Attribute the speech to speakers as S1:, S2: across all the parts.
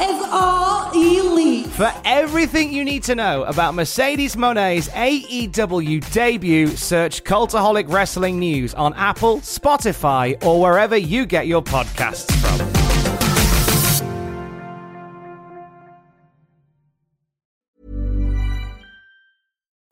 S1: are elite.
S2: For everything you need to know about Mercedes Monet's AEW debut, search Cultaholic Wrestling News on Apple, Spotify, or wherever you get your podcasts from.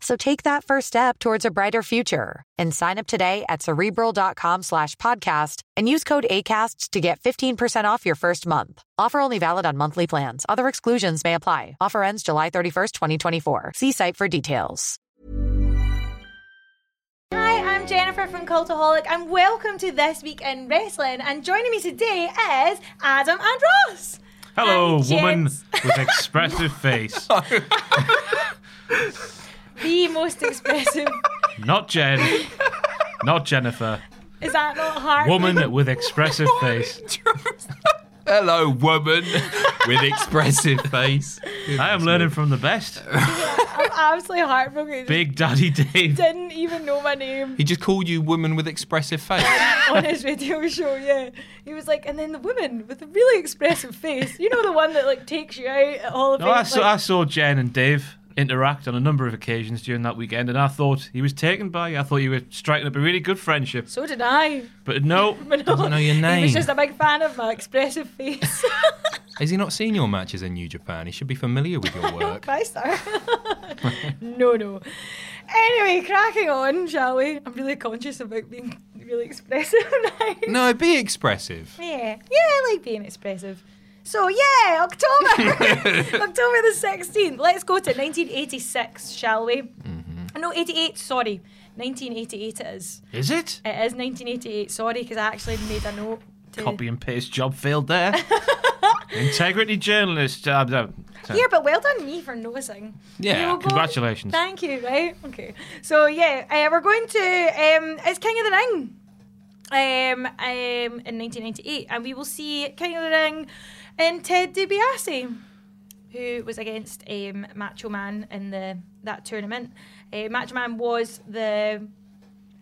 S3: So take that first step towards a brighter future and sign up today at cerebral.com slash podcast and use code ACAST to get 15% off your first month. Offer only valid on monthly plans. Other exclusions may apply. Offer ends July 31st, 2024. See site for details.
S4: Hi, I'm Jennifer from Cultaholic, and welcome to This Week in Wrestling. And joining me today is Adam and Ross.
S5: Hello,
S4: Hi,
S5: woman
S4: gents.
S5: with expressive face.
S4: The most expressive.
S5: Not Jen. Not Jennifer.
S4: is that not hard?
S5: Woman with expressive face.
S6: Hello, woman with expressive face.
S5: I am learning from the best.
S4: I'm absolutely heartbroken. He just
S5: Big Daddy Dave.
S4: didn't even know my name
S6: He just called you woman with expressive face.
S4: on his radio show, yeah. He was like, and then the woman with the really expressive face. You know the one that like takes you out at all of
S5: No, I
S4: like,
S5: saw, I saw Jen and Dave interact on a number of occasions during that weekend, and I thought he was taken by you. I thought you were striking up a really good friendship.
S4: So did I.
S5: But no,
S4: But no,
S6: Doesn't know your
S4: He
S6: name.
S4: was just a big fan of my expressive face.
S6: Has he not seen your matches in New Japan? He should be familiar with your work.
S4: Bye, sir. no, no. Anyway, cracking on, shall we? I'm really conscious about being really expressive now.
S6: No, be expressive.
S4: Yeah, yeah, I like being expressive. So, yeah, October! October the 16th. Let's go to 1986, shall we? No, 88, sorry. 1988 it is.
S5: is it?
S4: It is 1988, sorry, because I actually made a note. To...
S5: Copy and paste job failed there. Integrity journalist. Uh, no.
S4: Yeah, but well done me for noticing.
S6: Yeah.
S4: You were going-
S5: Congratulations.
S4: Thank you, right? Okay. So, yeah, uh, we're going to. Um, it's King of the Ring um, um, in 1998, and we will see King of the Ring in Ted DiBiase, who was against um, Macho Man in the that tournament. Uh, Macho Man was the.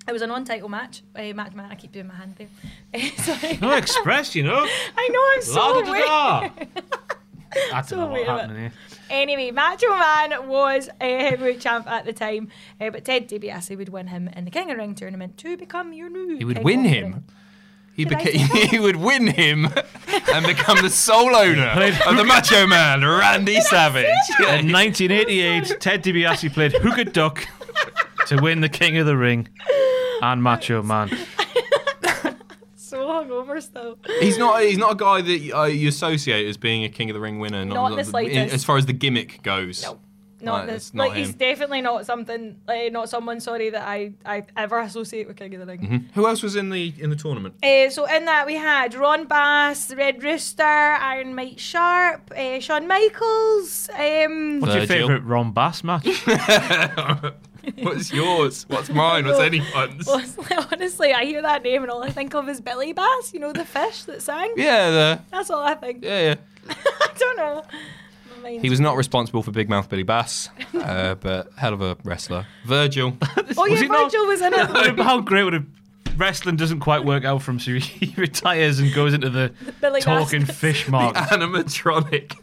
S4: It was a non-title match. Uh, Macho Man, I keep doing my hand thing. Eh, sorry.
S5: No express, you know.
S4: I know I'm so weird.
S5: La-da-da-da. I don't
S4: So
S5: know what's
S4: weird.
S5: happening here.
S4: Anyway, Macho Man was a heavyweight champ at the time, uh, but Ted DiBiase would win him in the King of the Ring tournament to become your new.
S6: He would
S4: King
S6: win
S4: of the
S6: him.
S4: Ring.
S6: He,
S4: Did I
S6: beca-
S4: say
S6: he would win him and become the sole owner of the Macho Man, Randy Savage.
S5: In 1988, Ted DiBiase played Hooker Duck to win the King of the Ring and Macho Man.
S4: So hungover still.
S6: He's not. He's not a guy that uh, you associate as being a King of the Ring winner.
S4: Not in the slightest.
S6: as far as the gimmick goes.
S4: No, not
S6: No,
S4: this.
S6: it's not
S4: like he's
S6: him.
S4: definitely not something. Like, not someone. Sorry that I I ever associate with King of the Ring.
S6: Who else was in the in the tournament?
S4: Uh, so in that we had Ron Bass, Red Rooster, Iron Mike Sharp, uh, Shawn Michaels. Um,
S5: What's your
S6: Virgil.
S5: favourite Ron Bass match?
S6: What's yours? What's mine? What's anyone's?
S4: honestly, honestly, I hear that name and all I think of is Billy Bass. You know the fish that sang.
S6: Yeah, the,
S4: That's all I think.
S6: yeah, yeah.
S4: I don't know. My mind's-
S6: He was not responsible for Big Mouth Billy Bass, uh, but hell of a wrestler. Virgil.
S4: oh, yeah,
S5: he not?
S4: Virgil was in it.
S5: How great would a wrestling doesn't quite work out from, so he retires and goes into the
S4: Billy
S5: talking
S4: Baskets.
S5: fish market.
S6: Animatronic.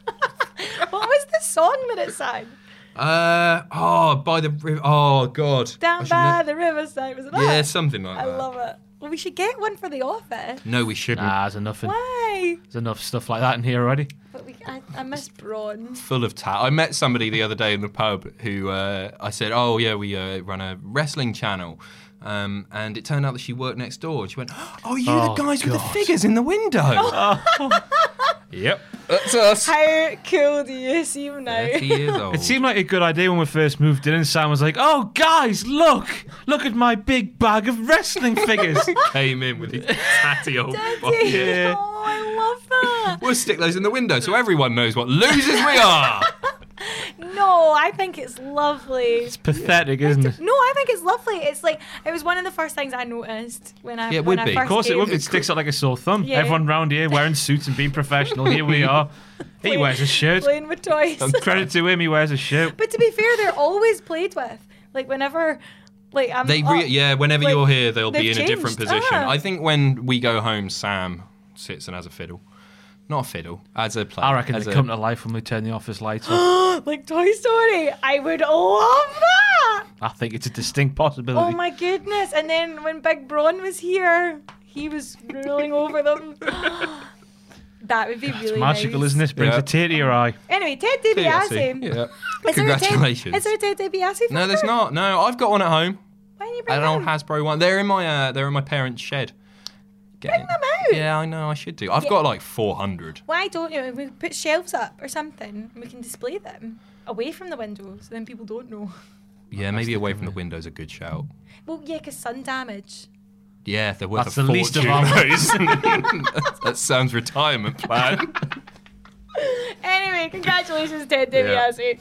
S4: What was the song that it sang?
S6: Uh, oh, by the river. Oh, God. I
S4: Down
S6: should
S4: by
S6: know-
S4: the riverside. Was it that?
S6: Yeah, something like
S4: I
S6: that.
S4: love it. Well, we should get one for the office.
S6: No, we shouldn't.
S5: Nah, there's enough. In,
S4: Why?
S5: there's enough stuff like that in here already.
S4: But we, I, I miss Braun.
S6: Full of tat. I met somebody the other day in the pub who uh, I said, "Oh yeah, we uh, run a wrestling channel," um, and it turned out that she worked next door. And she went, "Oh, you
S5: Oh,
S6: the guys with the
S5: God.
S6: figures in the window?
S5: Yep.
S6: That's us."
S4: How cool do you seem now?
S6: Thirty years old.
S5: It seemed like a good idea when we first moved in, and Sam was like, "Oh, guys, look! Look at my big bag of wrestling figures."
S6: came in with his tatty old. body.
S5: Yeah.
S4: Oh, I love that.
S6: We'll stick those in the window so everyone knows what losers we are.
S4: No, I think it's lovely.
S5: It's pathetic, isn't it?
S4: No, I think it's lovely. It's like it was one of the first things I noticed when I
S6: Yeah, it
S4: when
S6: would
S4: I
S6: be. Of
S4: first
S5: Of course, it
S4: came.
S5: would. It sticks out like a sore thumb.
S4: Yeah.
S5: Everyone round here wearing suits and being professional. Here we are. He wears a shirt.
S4: playing with toys.
S5: Credit to him, he wears a shirt.
S4: but to be fair, they're always played with. Like whenever, like I'm.
S6: They
S4: up-
S6: re- yeah, whenever
S4: like,
S6: you're here, they'll be in
S4: they've
S6: a different
S4: changed.
S6: position.
S4: Ah.
S6: I think when we go home, Sam sits and has a fiddle. Not a fiddle, as a player.
S5: I reckon
S6: as
S5: they
S6: a-
S5: come to life when we turn the office lights off.
S4: like Toy Story. I would love that.
S5: I think it's a distinct possibility.
S4: Oh my goodness! And then when Big Braun was here, he was ruling over them. that would be really
S5: Magical,
S4: nice.
S5: isn't this? Brings
S6: Yeah.
S5: a tear to your eye.
S4: Anyway, Ted
S6: Yeah,
S4: DiBiase. Is
S6: yeah.
S4: there a Ted-
S6: Congratulations.
S4: Is there a Ted DiBiase?
S6: no, there's
S4: figure?
S6: not. No, I've got one at home.
S4: Why don't you bring
S6: An old
S4: him?
S6: Hasbro one. They're in my uh, they're in my parents' shed. Get
S4: Bring
S6: it.
S4: them out.
S6: Yeah, I know. I should do. I've got like 400.
S4: Why don't you? We put shelves up or something. and We can display them away from the window, so then people don't know.
S6: Yeah, maybe away from the window's a good shout.
S4: Well, yeah, 'cause sun damage.
S6: Yeah, they're worth
S5: That's
S6: a
S5: the least of our
S6: fortune. that sounds retirement plan.
S4: Anyway, congratulations, Ted
S6: Yeah.
S4: DiBiase.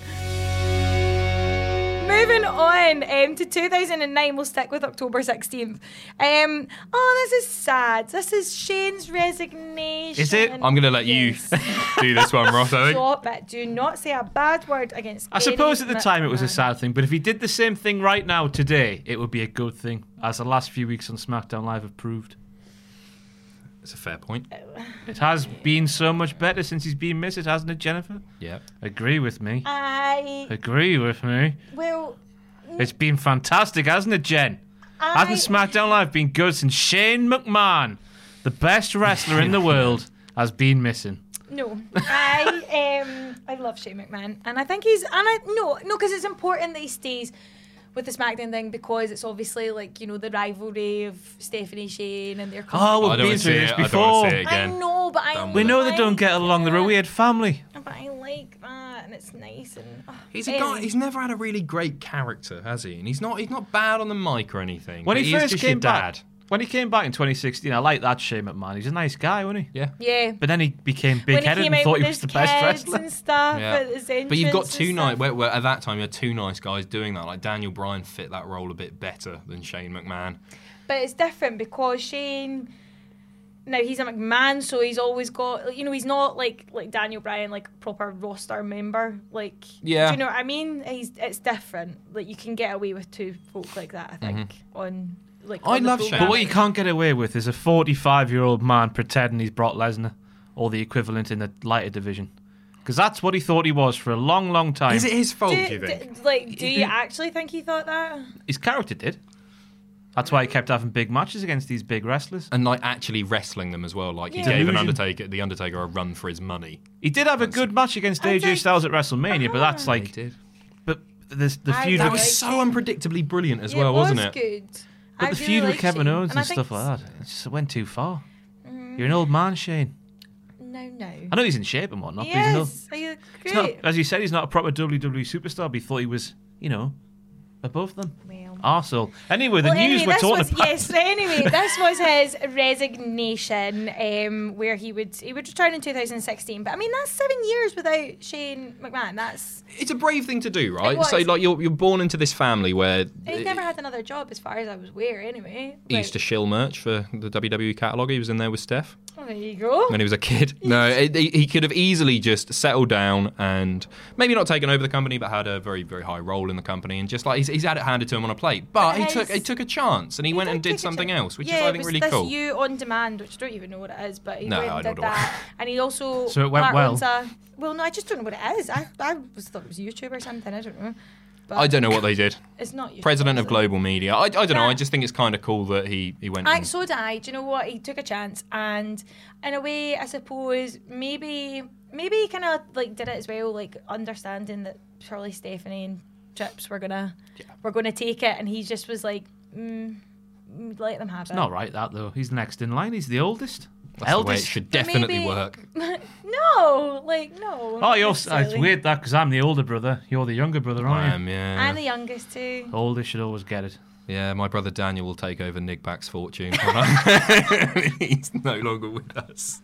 S4: Moving on um, to 2009, we'll stick with October 16th. Um, oh, this is sad. This is Shane's resignation.
S5: Is it?
S6: I'm gonna let you
S4: Yes.
S6: do this one, Ross. I think.
S4: Stop it. Do not say a bad word against
S5: I suppose at the time it was a
S4: sad.
S5: sad thing, but if he did the same thing right now today, it would be a good thing, as the last few weeks on SmackDown Live have proved.
S6: It's a fair point.
S4: Uh,
S5: It has been so much better since he's been missed, hasn't it, Jennifer?
S6: Yeah.
S5: Agree with me.
S4: I,
S5: Agree with me.
S4: well,
S5: It's been fantastic, hasn't it, Jen?
S4: I...
S5: Hasn't SmackDown Live been good since Shane McMahon, the best wrestler in the world, has been missing?
S4: No, I um, I love Shane McMahon, and I think he's and I no no because it's important that he stays with the SmackDown thing because it's obviously like you know the rivalry of Stephanie Shane and their company.
S5: Oh,
S6: I
S5: we've
S6: don't
S5: been
S6: wanna
S5: through
S6: see
S5: this
S6: it. I don't
S5: before.
S6: wanna see it
S4: I
S6: again.
S4: know, but I
S6: Done with
S5: We
S6: it.
S5: know they don't
S4: like
S5: get along. They're a
S4: that,
S5: weird family.
S4: But I like that, and it's nice and. oh,
S6: He's a
S4: anyway.
S6: guy. He's never had a really great character, has he? And he's not. He's not bad on the mic or anything.
S5: When
S6: but
S5: he,
S6: is
S5: first
S6: just
S5: came
S6: your dad.
S5: back, when he came back in 2016, I liked that Shane McMahon. He's a nice guy, wasn't he?
S6: Yeah.
S4: Yeah.
S5: But then he became
S4: When
S5: big
S4: he
S5: headed
S4: came
S5: and
S4: out
S5: thought
S4: with
S5: he was
S4: his
S5: the
S4: kids
S5: best wrestler.
S4: and stuff
S6: Yeah.
S4: at his
S6: But you've got
S4: entrance
S6: two
S4: and
S6: night.
S4: stuff.
S6: Where, where at that time you had two nice guys doing that. Like Daniel Bryan fit that role a bit better than Shane McMahon.
S4: But it's different because Shane. Now he's a McMahon, so he's always got you know he's not like like Daniel Bryan like proper roster member like
S6: Yeah.
S4: do you know what I mean? He's it's different like you can get away with two folk like that I think on like
S6: I
S4: on the programme.
S6: love Shane.
S5: Mm-hmm. But what you can't get away with is a 45 year old man pretending he's Brock Lesnar or the equivalent in the lighter division. Because that's what he thought he was for a long, long time.
S6: Is it his fault?
S4: do,
S6: Do you think?
S4: d- like do you
S5: It-
S4: actually think he thought that?
S5: His character did. That's why he kept having big matches against these big wrestlers.
S6: and like actually wrestling them as well. Like he
S4: Yeah.
S6: gave an
S5: Delusion.
S6: Undertaker, the Undertaker, a run for his money.
S5: He did have a good match against
S4: I
S5: AJ
S4: think- Ah.
S5: Styles at WrestleMania, but that's
S6: He
S5: like,
S6: did.
S5: but the, the
S4: I
S5: feud
S6: That
S4: like-
S5: with,
S6: was so unpredictably brilliant as
S4: Yeah,
S6: well,
S4: it was
S6: wasn't it?
S4: Good.
S5: but
S4: I
S5: the
S4: really
S5: feud with
S4: like
S5: Kevin
S4: Shane,
S5: Owens and,
S4: I think Mm.
S5: stuff like that. It just went too far. You're an old man, Shane.
S4: No, no.
S5: I know he's in shape and whatnot, but he's an old,
S4: Yes, are you
S5: He's not,
S4: great?
S5: as you said, he's not a proper WWE superstar. But he thought he was, you know, above them.
S4: Well.
S5: Arsehole. Anyway, the
S4: Well,
S5: news
S4: anyway,
S5: we're
S4: this
S5: talking
S4: was,
S5: about.
S4: Yes, anyway, this was his resignation, um, where he would he would return in 2016. But I mean, that's seven years without Shane McMahon. That's
S6: It's a brave thing to do, right?
S4: was.
S6: So like you're you're born into this family where
S4: he never had another job, as far as I was aware. Anyway,
S6: he used to
S4: Like,
S6: shill merch for the WWE catalog. He was in there with Steph.
S4: oh, there you go.
S6: when he was a kid. No, it, he he could have easily just settled down and maybe not taken over the company, but had a very, very high role in the company and just like he's, he's had it handed to him on a plate. But he
S4: But
S6: took
S4: he's-
S6: he took a chance and he, went and
S4: Take
S6: did
S4: a
S6: something
S4: chance.
S6: else, which
S4: yeah,
S6: is I
S4: it
S6: think
S4: was
S6: really
S4: this
S6: cool.
S4: You on demand, which I don't even know what it is, but he
S6: No,
S4: went
S6: I
S4: and
S6: know
S4: did
S6: what it
S4: that, and he also
S5: So it went
S4: that
S5: well.
S4: one's a- well, no, I just don't know what it is. I I was thought it was YouTube or something. I don't know. But
S6: I don't know what they did.
S4: It's not you.
S6: President of Global Media. I, I don't know.
S4: Nah.
S6: I just think it's kind of cool that he, he went.
S4: I,
S6: and-
S4: so did I. Do you know what? He took a chance, and in a way, I suppose maybe maybe he kind of like did it as well, like understanding that surely Stephanie and Chips were gonna were gonna take it, and he just was like, mm, mm, let them have it.
S5: Not right, that though. He's next in line. He's the oldest.
S6: That's the way it should definitely
S4: Maybe-
S6: work.
S4: No, like no.
S5: Oh,
S4: not
S5: you're. It's
S4: necessarily.
S5: weird that because I'm the older brother. You're the younger brother, aren't
S6: I
S5: you?
S6: am, Um, yeah.
S4: I'm the youngest too.
S5: Oldest should always get it.
S6: Yeah, my brother Daniel will take over Nick Back's fortune. he's no longer with us.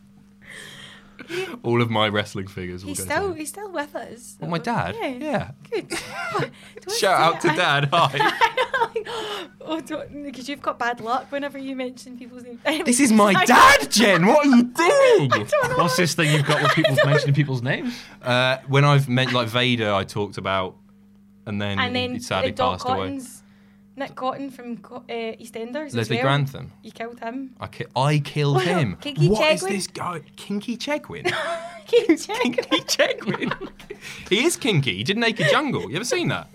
S6: All of my wrestling figures will
S4: He's
S6: go
S4: still
S6: to
S4: he's still with us.
S6: well, my dad.
S4: Yeah.
S6: Yeah.
S4: Good. Don't
S6: Shout
S4: say
S6: out to
S4: it. I-
S6: dad. Hi.
S4: Oh, because you've got bad luck whenever you mention people's names.
S6: this is my
S4: I-
S6: dad, Jen. What are you doing?
S5: What's this thing you've got with people mentioning people's names?
S6: Uh, when I've met like Vader, I talked about, and then,
S4: and then
S6: he sadly
S4: uh, Doc
S6: passed away.
S4: Cotton's Nick Cotton from Co- uh, EastEnders. as
S6: Leslie
S4: well.
S6: Grantham.
S4: You killed him.
S6: I, ki- I killed
S4: Wow,
S6: him.
S4: Kinky
S6: What is
S4: Chegwin.
S6: this guy? Kinky Chegwin.
S4: Kinky
S6: Chegwin. he is kinky. He did Naked Jungle. You ever seen that?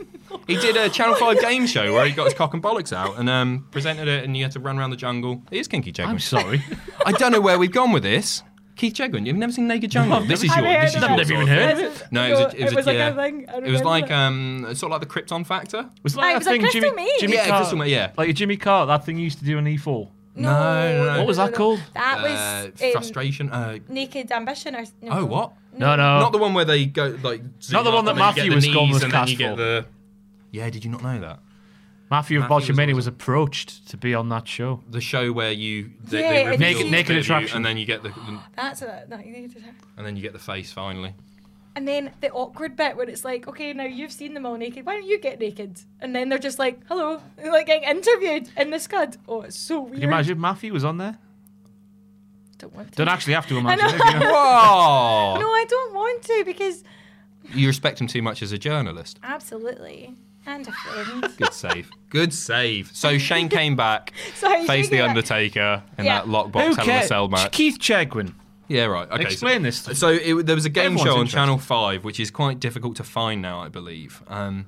S6: He did a Channel Five game show where he got his cock and bollocks out and um, presented it, and you had to run around the jungle. He is Kinky Chegwin.
S5: I'm sorry.
S6: I don't know where we've gone with this. Keith Chegwin, you've never seen Naked Jungle. this is
S4: I've
S6: your. This is
S4: heard of
S6: your
S5: I've never
S6: sort
S5: even
S6: of
S5: heard
S6: thing.
S5: of it.
S6: No, it was, it was,
S4: like
S6: yeah.
S4: a thing. I
S6: It was
S4: remember
S6: like
S4: that.
S6: um, sort of like the Krypton Factor.
S5: Was
S4: Ah,
S5: like
S4: it
S5: that
S4: was a
S5: thing
S4: crystal
S5: Jimmy,
S4: meat.
S5: Jimmy
S6: Yeah,
S5: Carr,
S6: crystal meat, yeah.
S5: like a Jimmy Carr, that thing you used to do in E E4.
S4: No,
S6: No, no,
S5: What was
S4: no,
S5: that
S4: no.
S5: called?
S4: That
S6: Uh,
S4: was Mm-hmm. um,
S6: frustration. Uh,
S4: Naked Ambition or no,
S6: oh, what?
S5: No, no.
S6: Not the one where they go like. zoom
S5: the
S6: up
S5: one that
S6: and then you
S5: Matthew
S6: get the
S5: was
S6: knees
S5: gone with
S6: and then
S5: cast
S6: you get
S5: for.
S6: the- Yeah, did you not know that?
S5: Matthew of
S6: Matthew was
S5: Bolshamania was,
S6: awesome.
S5: approached to be on that show.
S6: The show where you they,
S4: Yeah,
S6: they
S4: it
S6: reveal
S4: Naked-
S6: the bit
S5: naked
S6: of you,
S5: attraction.
S6: and then you get the, the
S4: That's it. That, you did it.
S6: and then you get the face finally.
S4: and then the awkward bit when it's like, okay, now you've seen them all naked. Why don't you get naked? And then they're just like, hello, They're, like getting interviewed in the scud. Oh, it's so weird.
S5: Can you imagine if Matthew was on there?
S4: Don't want to.
S5: Don't actually have to imagine.
S4: know.
S5: it, you know.
S6: Whoa!
S4: No, I don't want to because
S6: You respect him too much as a journalist.
S4: absolutely. And a friend.
S6: Good save. Good save. So Shane came back,
S4: Sorry,
S6: faced the
S4: Shane came back.
S6: Undertaker in
S4: Yeah.
S6: that lockbox Hell in a
S5: cares?
S6: Cell match.
S5: Keith Chegwin.
S6: Yeah, right. Okay, so-
S5: Explain this to-
S6: So it, there was a game
S5: Everyone's
S6: show on
S5: interested.
S6: Channel Five, which is quite difficult to find now, I believe. Um,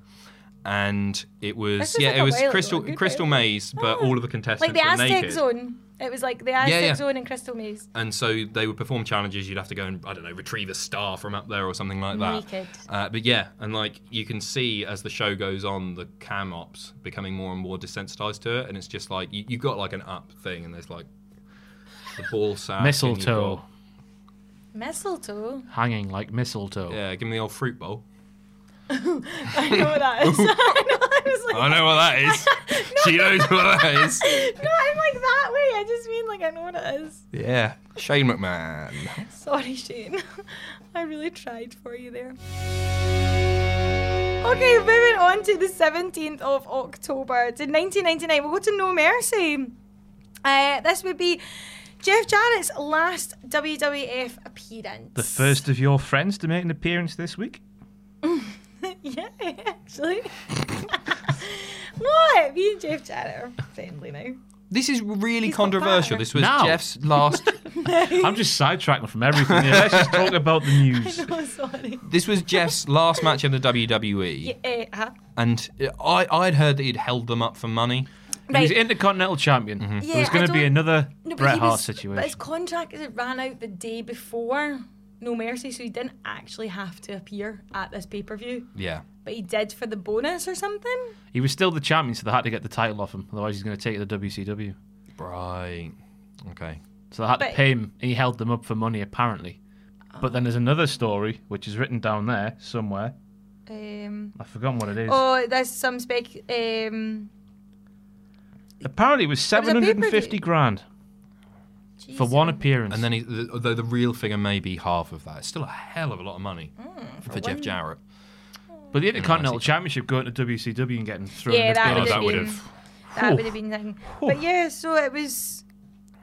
S6: and it
S4: This
S6: was
S4: was
S6: yeah,
S4: like
S6: it
S4: a
S6: was
S4: while ago,
S6: Crystal
S4: a good
S6: Crystal
S4: while ago.
S6: Maze, but all of the contestants
S4: like the
S6: were
S4: Aztec
S6: naked.
S4: Zone. It was like the Aztec
S6: yeah.
S4: Zone and Crystal Maze.
S6: and so they would perform challenges. You'd have to go and I don't know retrieve a star from up there or something like that.
S4: Naked.
S6: Uh, but yeah, and like you can see as the show goes on, the cam ops becoming more and more desensitized to it, and it's just like you, you got like an up thing, and there's like the ball sack, and you've
S5: Mistletoe.
S4: Mistletoe.
S5: Hanging like mistletoe.
S6: got- Yeah, give me the old fruit bowl.
S4: I know what that is. I know. I was like,
S6: I know what that is. She knows what that is.
S4: no, I'm like that way. I just mean like I know what it is.
S6: Yeah, Shane McMahon.
S4: Sorry, Shane. I really tried for you there. Okay, moving on to the 17th of October to 1999. We'll go to No Mercy. Uh, this would be Jeff Jarrett's last WWF appearance.
S5: The first of your friends to make an appearance this week?
S4: Yeah, actually. what? Me and Jeff Jarrett are friendly now.
S6: This is really
S4: He's got
S6: controversial.
S4: power.
S6: This was
S5: Now.
S6: Jeff's last.
S5: I'm just sidetracking from everything. here. Let's just talk about the news.
S4: Oh, sorry.
S6: this was Jeff's last match in the E. WWE.
S4: Yeah, eh, huh?
S6: and I, I'd heard that he'd held them up for money.
S5: He was
S4: Right. Mm-hmm.
S5: Intercontinental Champion.
S4: Yeah,
S5: there was going
S4: I
S5: to be
S4: don't-
S5: another
S4: No, but
S5: Bret
S4: he
S5: Hart
S4: was- But his
S5: situation.
S4: contract is- ran out the day before No Mercy, so he didn't actually have to appear at this pay per view.
S6: Yeah.
S4: But he did for the bonus or something.
S5: He was still the champion, so they had to get the title off him. Otherwise, he's going to take it to WCW.
S6: Right. Okay.
S5: So they had to
S4: But-
S5: pay him. He held them up for money, apparently. But then there's another story, which is written down there somewhere.
S4: Um,
S5: I've forgotten what it is.
S4: oh, there's some spec. Um,
S5: Apparently, it was
S4: was a pay-per-view.
S5: 750 grand for one appearance.
S6: And then, he, th- although the real figure may be half of that, it's still a hell of a lot of money
S4: Mm.
S6: for, Jeff Jarrett.
S5: but the Intercontinental Championship going to WCW and getting thrown.
S4: Yeah,
S5: in the
S4: that would've
S5: bin.
S6: that would
S4: been-
S6: have.
S4: that would have been thing. But yeah, so it was.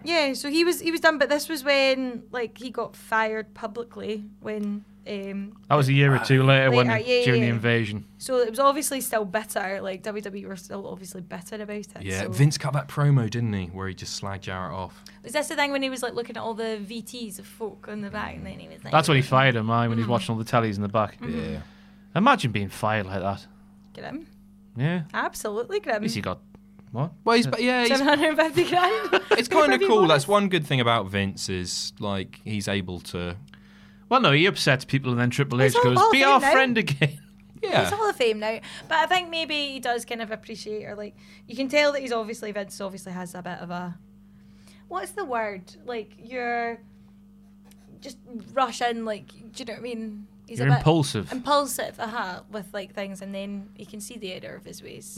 S4: Yeah, so he was he was done, but this was when like he got fired publicly when um
S5: That was a year or two later, when
S4: later, yeah,
S5: during
S4: yeah.
S5: the invasion.
S4: so it was obviously still bitter, like WWE were still obviously bitter about it.
S6: Yeah.
S4: so.
S6: Vince cut that promo, didn't he? Where he just slagged Jarrett off.
S4: Was this the thing when he was like looking at all the VTs of folk on the back and then he was like Mm. Mm-hmm.
S5: That's when he fired him, aye, when he's watching all the tellies in the back.
S6: Yeah.
S5: Imagine being fired like that.
S4: Grim.
S5: Yeah.
S4: Absolutely grim.
S5: At least he got what?
S6: Well, he's, but yeah, he's,
S4: 750 grand.
S6: it's kind of
S4: Pay-per-view
S6: cool.
S4: bonus.
S6: That's one good thing about Vince is like he's able to.
S5: Well, no, he upsets people, and then Triple H
S4: He's all
S5: goes,
S4: about
S5: "Be
S4: him
S5: our
S4: now."
S5: friend again."
S6: Yeah,
S4: He's Hall of Fame now, but I think maybe he does kind of appreciate, or like you can tell that he's obviously Vince obviously has a bit of a what's the word like you're just rush in like do you know what I mean? He's
S5: You're impulsive.
S4: um, impulsive, uh-huh, with like things, and then you can see the error of his ways.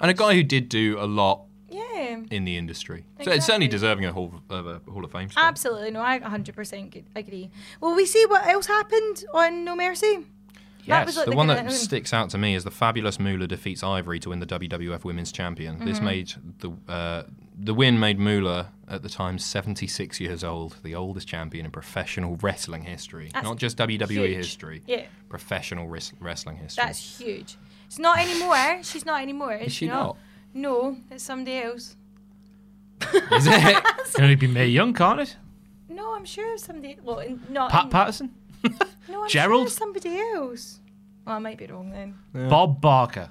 S6: and a guy who did do a lot
S4: Yeah,
S6: in the industry, so it's certainly deserving a hall of, of a Hall of Fame. spot.
S4: absolutely. No, I 100% g- agree. Well, we see what else happened on No Mercy. That was
S5: Yes,
S4: like
S6: the
S4: the
S6: one
S4: kind of-
S6: that sticks out to me is the fabulous Moolah defeats Ivory to win the WWF Women's Champion. This
S4: Mm-hmm.
S6: made the uh, the win made Moolah at the time 76 years old, the oldest champion in professional wrestling history, not just WWE
S4: huge.
S6: history,
S4: Yeah.
S6: professional wres- wrestling history.
S4: That's huge. It's not anymore. She's not anymore. Is,
S6: she not?
S4: No, it's somebody else.
S6: Is it?
S5: Can only be May Young, can't it?
S4: Um, No, I'm sure it's somebody. Well, in- not
S5: Pat
S4: in-
S5: Patterson,
S4: No, I'm sure
S5: Gerald?
S4: it's somebody else. Well, I might be wrong then.
S5: Bob Barker,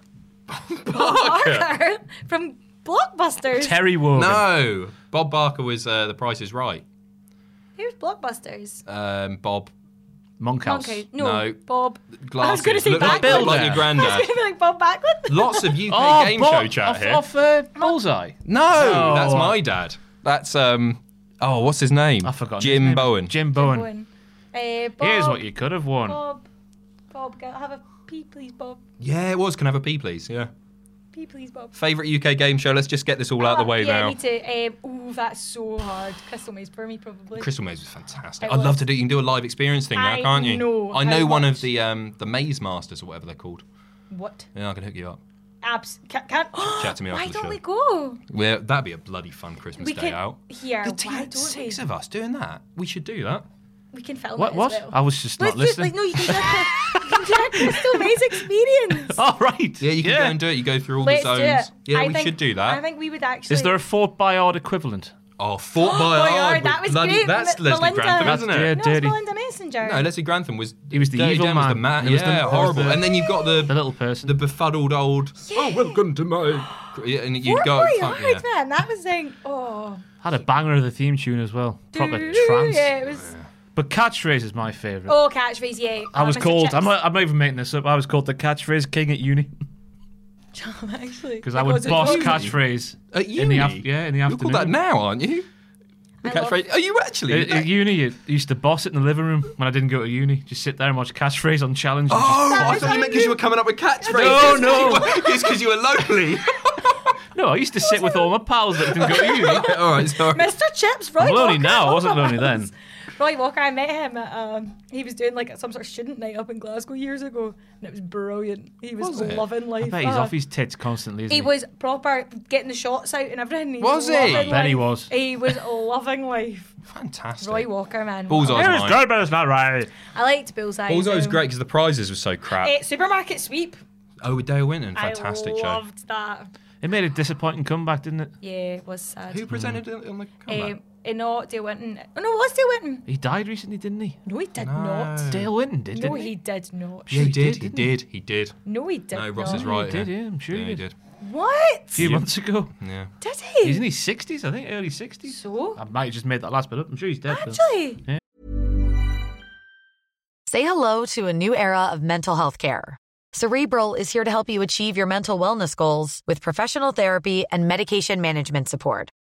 S4: Parker from Blockbusters.
S5: Terry Wogan.
S6: no, Bob Barker was uh, The Price Is Right.
S4: Here's Blockbusters.
S6: Um, Bob
S5: Monkhouse.
S4: Okay, no,
S6: No. uh,
S4: Bob.
S6: glasses.
S4: I was going to say
S6: look like,
S4: Backlund.
S6: look like your
S4: I was
S6: granddad.
S4: going to be like Bob Backlund.
S6: Lots of UK
S5: Oh,
S6: game
S5: Bo-
S6: show chat
S5: off,
S6: here.
S5: off uh, Bullseye.
S6: No,
S5: No.
S6: that's my dad. That's um. Oh, what's his name?
S5: I forgot.
S6: Jim Bowen.
S5: Jim Bowen.
S4: Bowen. Oh, Eh, Bob,
S5: Here's what you could have won.
S4: Bob. Bob, go- have a pee, please, Bob.
S6: Yeah, it was. Can I have a pee, please? Yeah.
S4: Pee, please, Bob.
S6: Favorite UK game show. Let's just get this all out of the
S4: Oh,
S6: way
S4: Ah, yeah,
S6: now.
S4: me too. Um, ooh, that's so hard. Crystal Maze for me, probably.
S6: Crystal Maze was fantastic.
S4: It
S6: I'd love
S4: was.
S6: to do. You can do a live experience thing
S4: I
S6: now, can't you?
S4: know
S6: I
S4: how
S6: know one
S4: much.
S6: of the um the Maze Masters or whatever they're called.
S4: What?
S6: Yeah, I can hook you up.
S4: Abs. Can't. can't
S6: Chat to me
S4: Why
S6: after the
S4: don't
S6: show.
S4: we go?
S6: Well, that'd be a bloody fun Christmas
S4: We
S6: day
S4: can
S6: out.
S4: here.
S6: The team-
S4: Why don't we?
S6: six of us doing that. We should do that.
S4: We can film
S5: What?
S4: it
S5: What?
S4: as well.
S5: I was just
S4: Let's
S5: not listening.
S4: Just, like, no, you can do a, you can do a Crystal Maze experience.
S5: All right.
S6: Yeah, you can go and do it. You go through all
S4: Let's
S6: the zones.
S4: do it.
S6: Yeah,
S4: I
S6: we
S4: think-
S6: should do that.
S4: I think we would actually.
S5: Is there a Fort Boyard equivalent?
S6: oh, Fort Boyard.
S4: Boyard, that
S6: with
S4: was
S6: bloody-
S4: great.
S6: That's
S4: Me-
S6: Leslie
S4: Melinda.
S6: Grantham, isn't
S5: Yeah,
S6: it?
S4: no, it's
S5: dirty.
S4: Melinda Messenger.
S6: No, Leslie Grantham was.
S5: He was the
S6: Dirty
S5: evil
S6: Dan Was the
S5: man.
S6: man.
S5: He was the-
S6: yeah,
S5: he was
S6: horrible.
S5: the-
S6: and then you've got
S5: The little person.
S6: the befuddled old. Oh, welcome to my. Yeah, And you
S4: Fort
S6: go.
S4: Boyard,
S6: fuck, yeah.
S4: man. That was saying, oh,
S5: Had a banger of the theme tune as well. Proper
S4: doo-
S5: trance.
S4: Yeah, it was.
S5: But catchphrase is my favourite.
S4: Oh, catchphrase, yeah.
S5: I
S4: Oh,
S5: was
S4: Mr.
S5: called.
S4: Chips.
S5: I'm not, I'm not even making this up. I was called the catchphrase king at uni
S4: Chum, actually.
S5: because I would
S4: it
S5: boss
S4: you?
S5: catchphrase
S6: At
S5: in the
S6: uni?
S5: af- yeah in the
S6: You
S5: afternoon.
S6: call that now, aren't you? The
S4: I love-
S6: catchphrase. Are you actually?
S5: At, at uni, you used to boss it in the living room when I didn't go to uni. Just sit there and watch catchphrase on challenge. and
S6: oh, I
S4: was
S6: thought you
S4: how
S6: meant because
S4: you-
S6: you were coming up with
S5: No,
S6: catchphrases.
S5: no.
S6: it's because you were lonely.
S5: just- no, I used to sit with all my pals that didn't go to uni.
S6: All right, sorry.
S4: Mr. Chips, Roy
S5: I'm lonely
S4: Walker.
S5: now. I wasn't lonely then.
S4: Roy Walker, I met him at, um, he was doing like some sort of student night up in Glasgow years ago, and it was brilliant. He was,
S6: Was it?
S4: loving life.
S5: I bet he's
S4: Uh,
S5: off his tits constantly. Isn't
S4: He
S5: he,
S4: was proper getting the shots out and everything. He
S6: Was he?
S4: loving
S6: I
S5: bet he
S4: life.
S5: was.
S4: He was loving life.
S6: Fantastic.
S4: Roy Walker, man.
S6: Bullseye's
S5: It was
S6: mine.
S5: good, but it's not right.
S4: I liked Bullseye.
S6: Bullseye was
S4: too.
S6: great because the prizes were so crap.
S4: Eh, supermarket sweep.
S6: oh, with Dale Winton, fantastic
S4: I
S6: show.
S4: loved that.
S5: It made a disappointing comeback, didn't it?
S4: Yeah, it was sad.
S6: Who presented
S5: Mm.
S6: it on the comeback?
S4: Um, eh, no, Dale Winton. Oh, no, it was Dale Winton.
S5: He died recently, didn't he?
S4: No, he did not.
S5: Dale Winton did,
S4: No,
S5: didn't
S4: he did not.
S6: yeah, he did. He
S5: didn't
S6: did. He did.
S4: No, he did
S6: No,
S4: not.
S6: Ross is
S5: he?
S6: right.
S5: did, yeah, I'm sure
S6: Yeah,
S5: he
S6: he
S5: did.
S6: did.
S4: What?
S5: A few months ago.
S6: Yeah.
S4: Did he?
S5: Isn't he 60s? I think early 60s.
S4: So?
S5: I might have just made that last bit up. I'm sure he's dead. but-
S4: Actually.
S3: Say hello to a new era of mental health care. Cerebral is here to help you achieve your mental wellness goals with professional therapy and medication management support.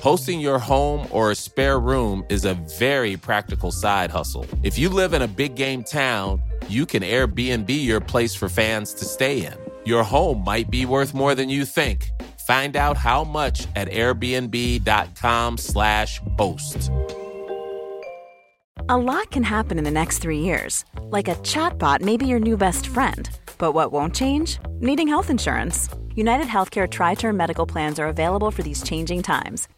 S1: Hosting your home or a spare room is a very practical side hustle. If you live in a big game town, you can Airbnb your place for fans to stay in. Your home might be worth more than you think. Find out how much at airbnb.com/slash boast.
S7: A lot can happen in the next three years. Like a chatbot may be your new best friend. But what won't change? Needing health insurance. United Healthcare Tri Term Medical Plans are available for these changing times.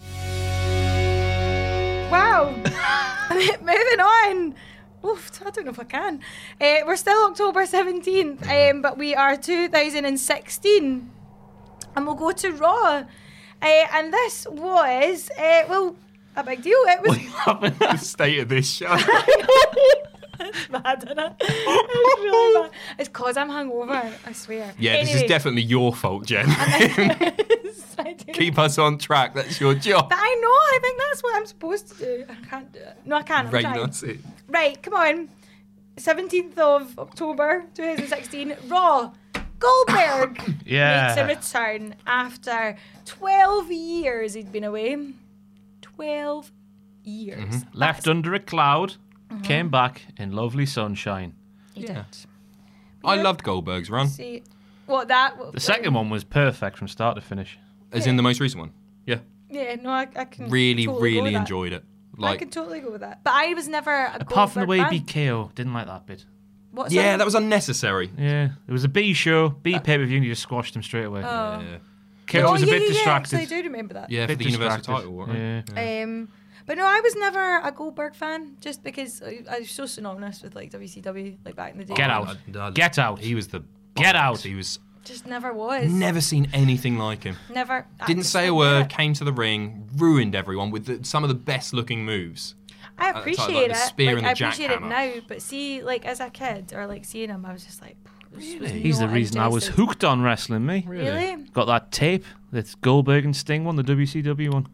S4: Wow. Moving on. Oof, I don't know if I can. Uh, we're still October 17th, um, but we are 2016. And we'll go to Raw. Uh, and this was, uh, well, a big deal. It was
S6: the state of this show.
S4: bad, isn't it? It's really bad. It's because I'm hungover, I swear.
S6: Yeah, this is
S4: Anyway,
S6: definitely your fault, Jen.
S4: I do.
S6: Keep us on track. That's your job.
S4: But I know, I think that's what I'm supposed to do. I can't do it. No, I can't. I'm
S6: Right,
S4: trying.
S6: that's it.
S4: Right, come on. 17th of October 2016, Raw. Goldberg makes a
S5: Yeah.
S4: return after 12 years he'd been away. 12 years.
S5: Left under a cloud,
S4: Mm-hmm.
S5: came back in lovely sunshine.
S6: I loved Goldberg's run,
S4: See, what that?
S5: The second one was perfect from start to finish.
S6: as in the most recent one. Yeah,
S4: Yeah, no, I, I can totally
S6: really,
S4: go with
S6: really
S4: that.
S6: enjoyed it.
S4: I can
S6: Like,
S4: totally go with that. But I was never a
S5: Apart from the way
S4: Goldberg
S5: he
S4: fan.
S5: BKO, didn't like that bit.
S4: What's
S6: yeah,
S4: that?
S6: that was unnecessary.
S5: Yeah, it was a B show, B pay per view, and you just squashed him straight away.
S6: Yeah,
S5: Kale
S4: Uh, Oh,
S5: was a
S4: yeah,
S5: bit
S4: yeah,
S5: distracted.
S4: Yeah, actually, I do remember that.
S6: yeah, for
S5: Bit
S6: the universal
S5: distracted.
S6: title, right?
S5: Yeah.
S4: Um, but no, I was never a Goldberg fan, just because I, I was so synonymous with like WCW, like back in the day.
S5: Get out. Get out.
S6: He was the
S5: Get
S6: bollocks.
S5: out.
S6: He was
S4: Just never was.
S6: never seen anything like him.
S4: Never. I
S6: Didn't
S4: just
S6: say a
S4: didn't
S6: word.
S4: get it.
S6: Came to the ring, ruined everyone with the, some of the best looking moves.
S4: I
S6: the time, uh, like,
S4: appreciate
S6: the
S4: it.
S6: spear
S4: like,
S6: and
S4: I
S6: the
S4: appreciate it
S6: jackhammer.
S4: now, but see, like as a kid or like seeing him, I was just like, really?
S5: He's the reason I was hooked on wrestling, me.
S4: Really?
S5: Got that tape, that's Goldberg and Sting one, the WCW one,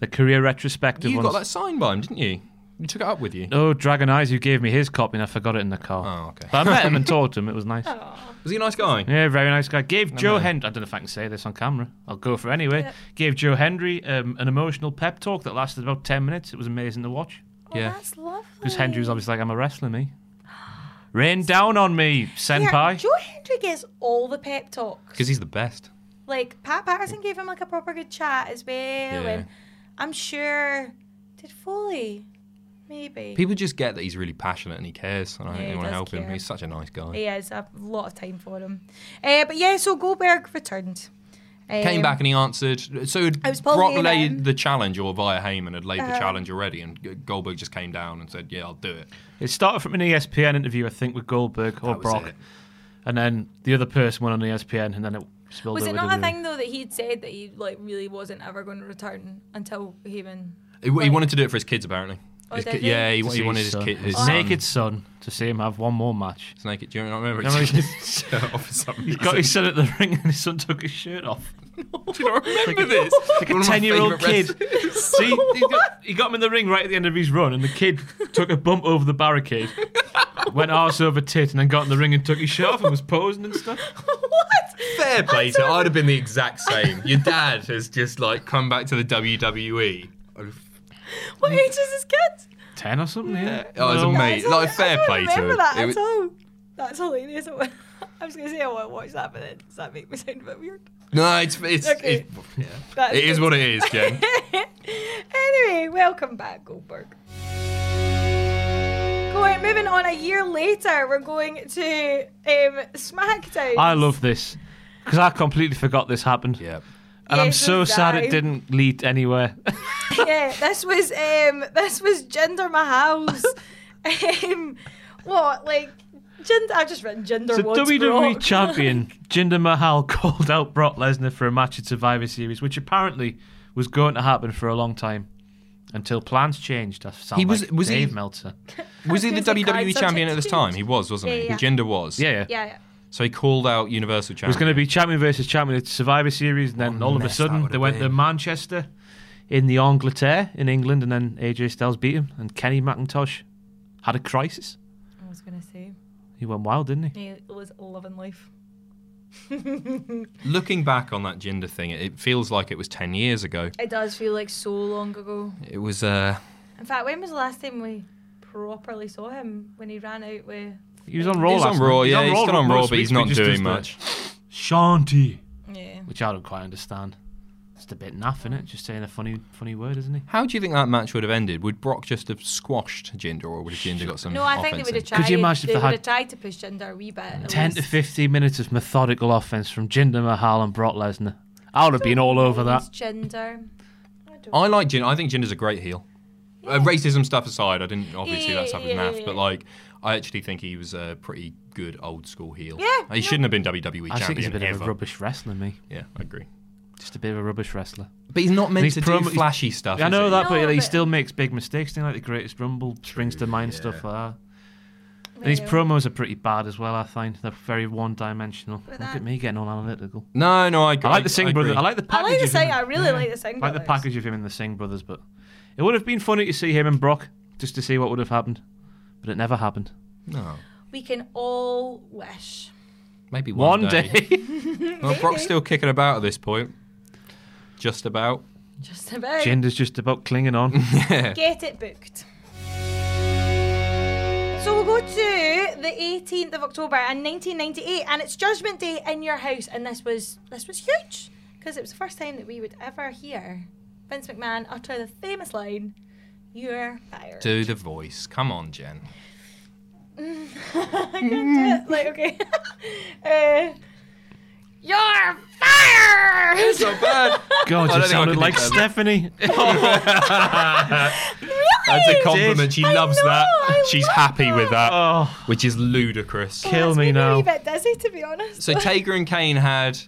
S5: the career retrospective
S6: You
S5: one.
S6: got that signed by him, didn't you? You took it up with you.
S5: Oh, Dragon Eyes, who gave me his copy, and I forgot it in the car.
S6: Oh, okay.
S5: But I met him and talked to him. It was nice.
S4: Oh,
S6: Was he a nice guy?
S5: Yeah, very nice guy. Gave Joe Hendry. I don't know if I can say this on camera. I'll go for it anyway. Gave Joe Hendry um, an emotional pep talk that lasted about ten minutes. It was amazing to watch
S6: yeah.
S4: That's lovely.
S5: because Hendry was obviously like, "I'm a wrestler, me. Rain down on me,
S4: Yeah,
S5: senpai."
S4: Joe Hendry gets all the pep talks.
S6: Because he's the best.
S4: Like Pat Patterson gave him like a proper good chat as well, and I'm sure did Foley, maybe.
S6: People just get that he's really passionate and he cares, and I think
S4: he
S6: they want to
S4: does
S6: help him.
S4: care.
S6: He's such a nice guy.
S4: He has a lot of time for him. Uh, but yeah, so Goldberg returned. Um,
S6: Came back and he answered. So had
S4: I was Paul
S6: Brock
S4: Heyman.
S6: laid the challenge, or via Heyman had laid
S4: Uh-huh.
S6: the challenge already, and G- Goldberg just came down and said, "Yeah, I'll do it."
S5: It started from an E ESPN interview, I think, with Goldberg or
S6: was
S5: Brock,
S6: it.
S5: and then the other person went on E ESPN, and then it spilled
S4: Was it
S5: over
S4: not a
S5: WWE.
S4: thing though that he'd said that he like really wasn't ever going to return until Heyman?
S6: He, he wanted to do it for his kids, apparently. His
S4: Oh, did
S6: ki-
S4: he? Oh.
S6: yeah, he,
S5: To
S6: wa- he
S5: see
S6: wanted his
S5: son-
S6: kid, his son-
S5: naked son to see him have one more match.
S6: His naked. Do you not remember?
S5: Remember
S6: He
S5: his-
S6: took his shirt off for some reason.
S5: Got his son at the ring, and his son took his shirt off.
S6: Do you not remember
S5: like a-
S6: this?
S5: like
S6: One
S5: a
S6: of my
S5: ten-year-old
S6: favourite
S5: kid. See, he got, he got him in the ring right at the end of his run, and the kid took a bump over the barricade, went arse over tit, and then got in the ring and took his shirt off and was posing and stuff.
S4: what?
S6: Fair play to. I'd have been the exact same. Your dad has just like come back to the E. WWE.
S4: What age is his kid?
S5: Ten or something. Yeah,
S6: Oh, it's a
S5: Well,
S6: mate. Like fair
S4: I
S6: play
S4: don't
S6: to.
S4: remember
S6: him.
S4: that
S6: It
S4: at
S6: was-
S4: all. That's hilarious. I was going to say oh, I want to watch that, but then does that make me sound a bit weird?
S6: No, it's it's,
S4: Okay.
S6: it- yeah.
S4: That's
S6: it is
S4: good.
S6: what it is, Jen.
S4: Anyway, welcome back, Goldberg. Going, moving on a year later, we're going to um, SmackDown.
S5: I love this because I completely forgot this happened,
S6: yeah.
S5: and I'm
S4: Yes,
S5: so sad
S4: I-
S5: it didn't lead anywhere.
S4: yeah, this was um, this was Jinder Mahal's. um, what like Jinder, I've just written Jinder
S5: So
S4: wants
S5: WWE
S4: Brock.
S5: E champion Jinder Mahal called out Brock Lesnar for a match at Survivor Series, which apparently was going to happen for a long time until plans changed. I sound
S6: He was-
S5: like
S6: was he-
S5: Dave Meltzer.
S6: Was he the
S4: Tuesday card,
S6: WWE
S4: subject
S6: champion
S4: to
S6: at this
S4: change.
S6: time? He was, wasn't he?
S4: Yeah, yeah.
S6: Jinder was.
S5: Yeah, yeah.
S4: Yeah, yeah.
S6: So he called out Universal
S5: It
S6: champion.
S5: was going to be champion versus champion at Survivor Series, and then
S6: What a
S5: all of a
S6: mess that
S5: sudden
S6: would
S5: they
S6: have
S5: went to
S6: been.
S5: Manchester in the Angleterre in England, and then AJ Styles beat him, and Kenny McIntosh had a crisis.
S4: I was going to say,
S5: He went wild, didn't he?
S4: he was loving life.
S6: Looking back on that Jinder thing, it- it feels like it was 10 years ago.
S4: It does feel like so long ago.
S6: It was, uh,
S4: In fact, when was the last time we properly saw him? When he ran out with.
S5: He was on Raw
S6: he's
S5: last
S6: on
S5: night.
S6: Raw, yeah, he's still on
S5: most
S6: Raw, but
S5: weeks,
S6: he's not
S5: just does
S6: doing
S5: the
S6: much.
S5: Shanty.
S4: Yeah.
S5: which I don't quite understand. It's a bit naff, is it? Just saying a funny, funny word, isn't he?
S6: How do you think that match would have ended? Would Brock just have squashed Jinder, or would have Jinder got some?
S4: No, I think they
S6: offense
S4: would have
S6: in?
S4: tried.
S5: Could you imagine if
S4: they
S5: they
S4: would
S5: had
S4: have tried to push Jinder a wee bit. at
S5: Ten to
S4: least.
S5: fifteen minutes of methodical offense from Jinder Mahal and Brock Lesnar. I would have been all over that.
S4: It's Jinder.
S6: I like Jinder. I think Jinder's a great heel. Uh, racism stuff aside, I didn't obviously
S4: Yeah,
S6: that stuff was
S4: yeah,
S6: naff,
S4: yeah,
S6: but
S4: yeah.
S6: like I actually think he was a pretty good old school heel.
S4: Yeah,
S6: he
S4: no.
S6: shouldn't have been WWE
S5: I think he's a
S6: champion
S5: bit of
S6: ever.
S5: a rubbish wrestler, me.
S6: yeah, I agree.
S5: Just a bit of a rubbish wrestler.
S6: But he's not meant
S5: he's
S6: to
S5: promo-
S6: do flashy stuff.
S5: I
S6: is
S5: know
S6: he?
S5: that, but
S4: No,
S5: he
S4: but-
S5: still makes big mistakes. Things like the Greatest Rumble, springs to mind stuff like that. And his
S4: Yeah.
S5: promos are pretty bad as well. I find they're very one-dimensional. Look
S4: that-
S5: at me getting all analytical.
S6: No, no, I agree.
S5: I like the Sing Brothers.
S6: agree.
S5: I like the
S4: I
S5: package.
S4: like the
S5: of him.
S4: sing. I really like the sing.
S5: like the
S4: Brothers.
S5: package of him in the Singh brothers, but it would have been funny to see him and Brock just to see what would have happened, but it never happened.
S6: No,
S4: We can all wish.
S6: maybe
S5: One,
S6: one,
S5: day,
S6: Well, Brock's still kicking about at this point. Just about.
S4: Just about.
S5: Jinder's just about clinging on.
S4: Get it booked. So we'll go to the 18th of October and 1998, and it's Judgment Day in your house, and this was this was huge because it was the first time that we would ever hear Vince McMahon utter the famous line, "You're fired."
S6: Do the voice. Come on, Jen.
S4: I can't do it. Like okay, uh, you're fired.
S6: So bad. I
S5: God,
S6: don't
S5: you
S6: think I
S5: sounded
S6: could
S5: like
S6: do that.
S5: Stephanie.
S6: That's a
S5: compliment.
S6: compliment. She loves
S4: know,
S6: that.
S4: I
S6: She's
S4: love
S6: happy with that,
S5: oh,
S6: which is ludicrous.
S5: kill
S4: It's
S5: me
S4: been A
S5: now.
S4: wee bit dizzy, to be honest.
S6: So Taker and Kane had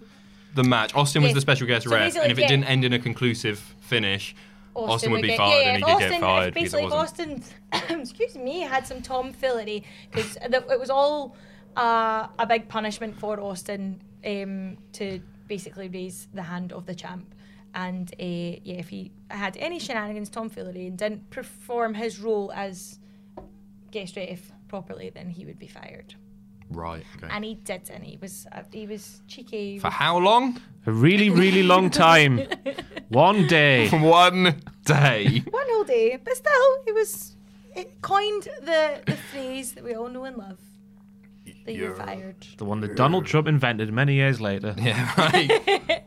S6: the match. Austin was
S4: Yes.
S6: the special guest
S4: So
S6: ref,
S4: basically,
S6: and if it
S4: yeah.
S6: didn't end in a conclusive finish, Austin, would be
S4: get-
S6: fired,
S4: yeah,
S6: and
S4: if
S6: he did
S4: Austin-
S6: get
S4: if
S6: fired because
S4: Basically,
S6: it
S4: if
S6: wasn't.
S4: Austin, excuse me, had some tomfoolery because it was all uh, a big punishment for Austin um, to basically raise the hand of the champ. And uh, yeah, if he had any shenanigans, tomfoolery, and didn't perform his role as guest ref properly, then he would be fired.
S6: Right. Okay.
S4: And he didn't. He was uh, he was cheeky. he
S6: For
S4: was-
S6: how long?
S5: A really, really long time. One day.
S6: One day.
S4: one whole day, but still, it was it coined the the phrase that we all know and love. That you're fired.
S5: The one that Donald Trump invented many years later.
S6: yeah. Right.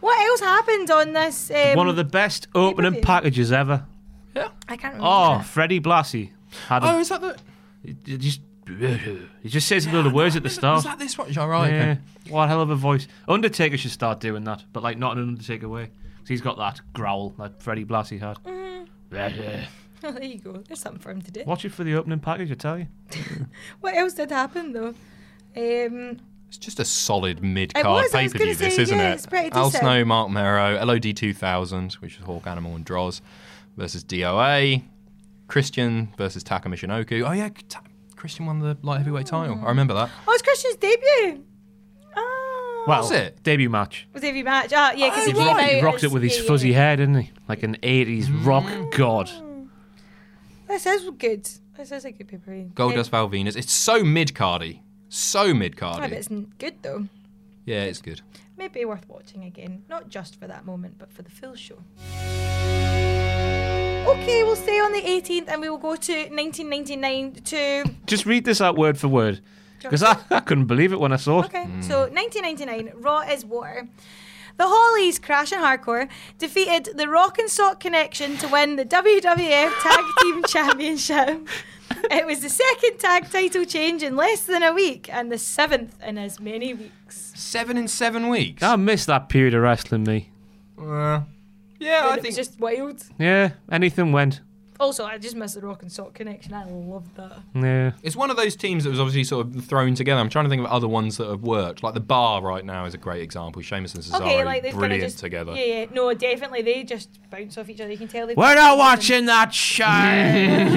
S4: What else happened on this? Um,
S5: One of the best opening
S4: pay-per-view.
S5: packages ever.
S4: I can't remember.
S5: Oh, Freddie Blassie had a,
S6: oh, is that the?
S5: it just he just says a little words at the start.
S6: Is that this one? Oh, right.
S5: Yeah,
S6: Okay.
S5: what a hell of a voice. Undertaker should start doing that, but like not in an Undertaker way. 'Cause he's got that growl that Freddie Blassie had.
S6: Mm-hmm.
S4: there you go. There's something for him to do. What,
S5: Watch it for the opening package, I tell you.
S4: else did happen though? Um,
S6: It's just a solid
S4: It was, I
S6: mid-card
S4: was gonna
S6: pay-per-view,
S4: say,
S6: this, isn't
S4: yeah,
S6: it?
S4: it's pretty
S6: Al
S4: decent.
S6: Snow, Mark Mero, LOD 2000, which is Hawk Animal and Droz, versus DOA, Christian versus Taka Michinoku. Oh, yeah, Ta- Christian won the light heavyweight title. I remember that.
S4: oh, it's Christian's debut. Oh,
S5: Well,
S6: Was it?
S5: debut match.
S4: was every match? Ah, yeah, because
S5: He,
S4: he,
S6: Oh,
S4: came
S5: rocked,
S4: out
S5: he rocked
S4: as-
S5: it with his
S4: yeah, yeah.
S5: fuzzy hair, didn't he? Like an 80s rock
S6: Mm.
S5: god.
S4: This is good. This is a good Um, paper.
S6: Goldust Val Venus. It's so mid-cardy. So
S4: I bet
S6: mid-cardy.
S4: it's n- good though.
S6: Yeah, it's good.
S4: Maybe worth watching again, not just for that moment, but for the full show. Okay, we'll stay on the 18th and we will go to 1999 to.
S5: Just read this out word for word. Because I, I couldn't believe it when I saw it.
S4: Okay, so 1999, Raw is War. The Hollies, Crash and Hardcore, defeated the Rock and Sock Connection to win the WWF Tag Team Championship. It was the second tag title change in less than a week and the seventh in as many weeks.
S6: Seven in seven weeks.
S5: I miss that period of wrestling, me.
S6: Uh, yeah, I
S4: it was
S6: think...
S4: just wild.
S5: Yeah, anything went.
S4: Also, I just missed the rock and sock connection. I love that.
S5: Yeah.
S6: It's one of those teams that was obviously sort of thrown together. I'm trying to think of other ones that have worked. Like the Bar right now is a great example. Sheamus and Cesaro,
S4: Okay, like they've kinda
S6: brilliant
S4: just,
S6: together.
S4: Yeah, yeah. No, definitely. They just bounce off each other. You can tell they.
S2: We're not watching that show.
S4: I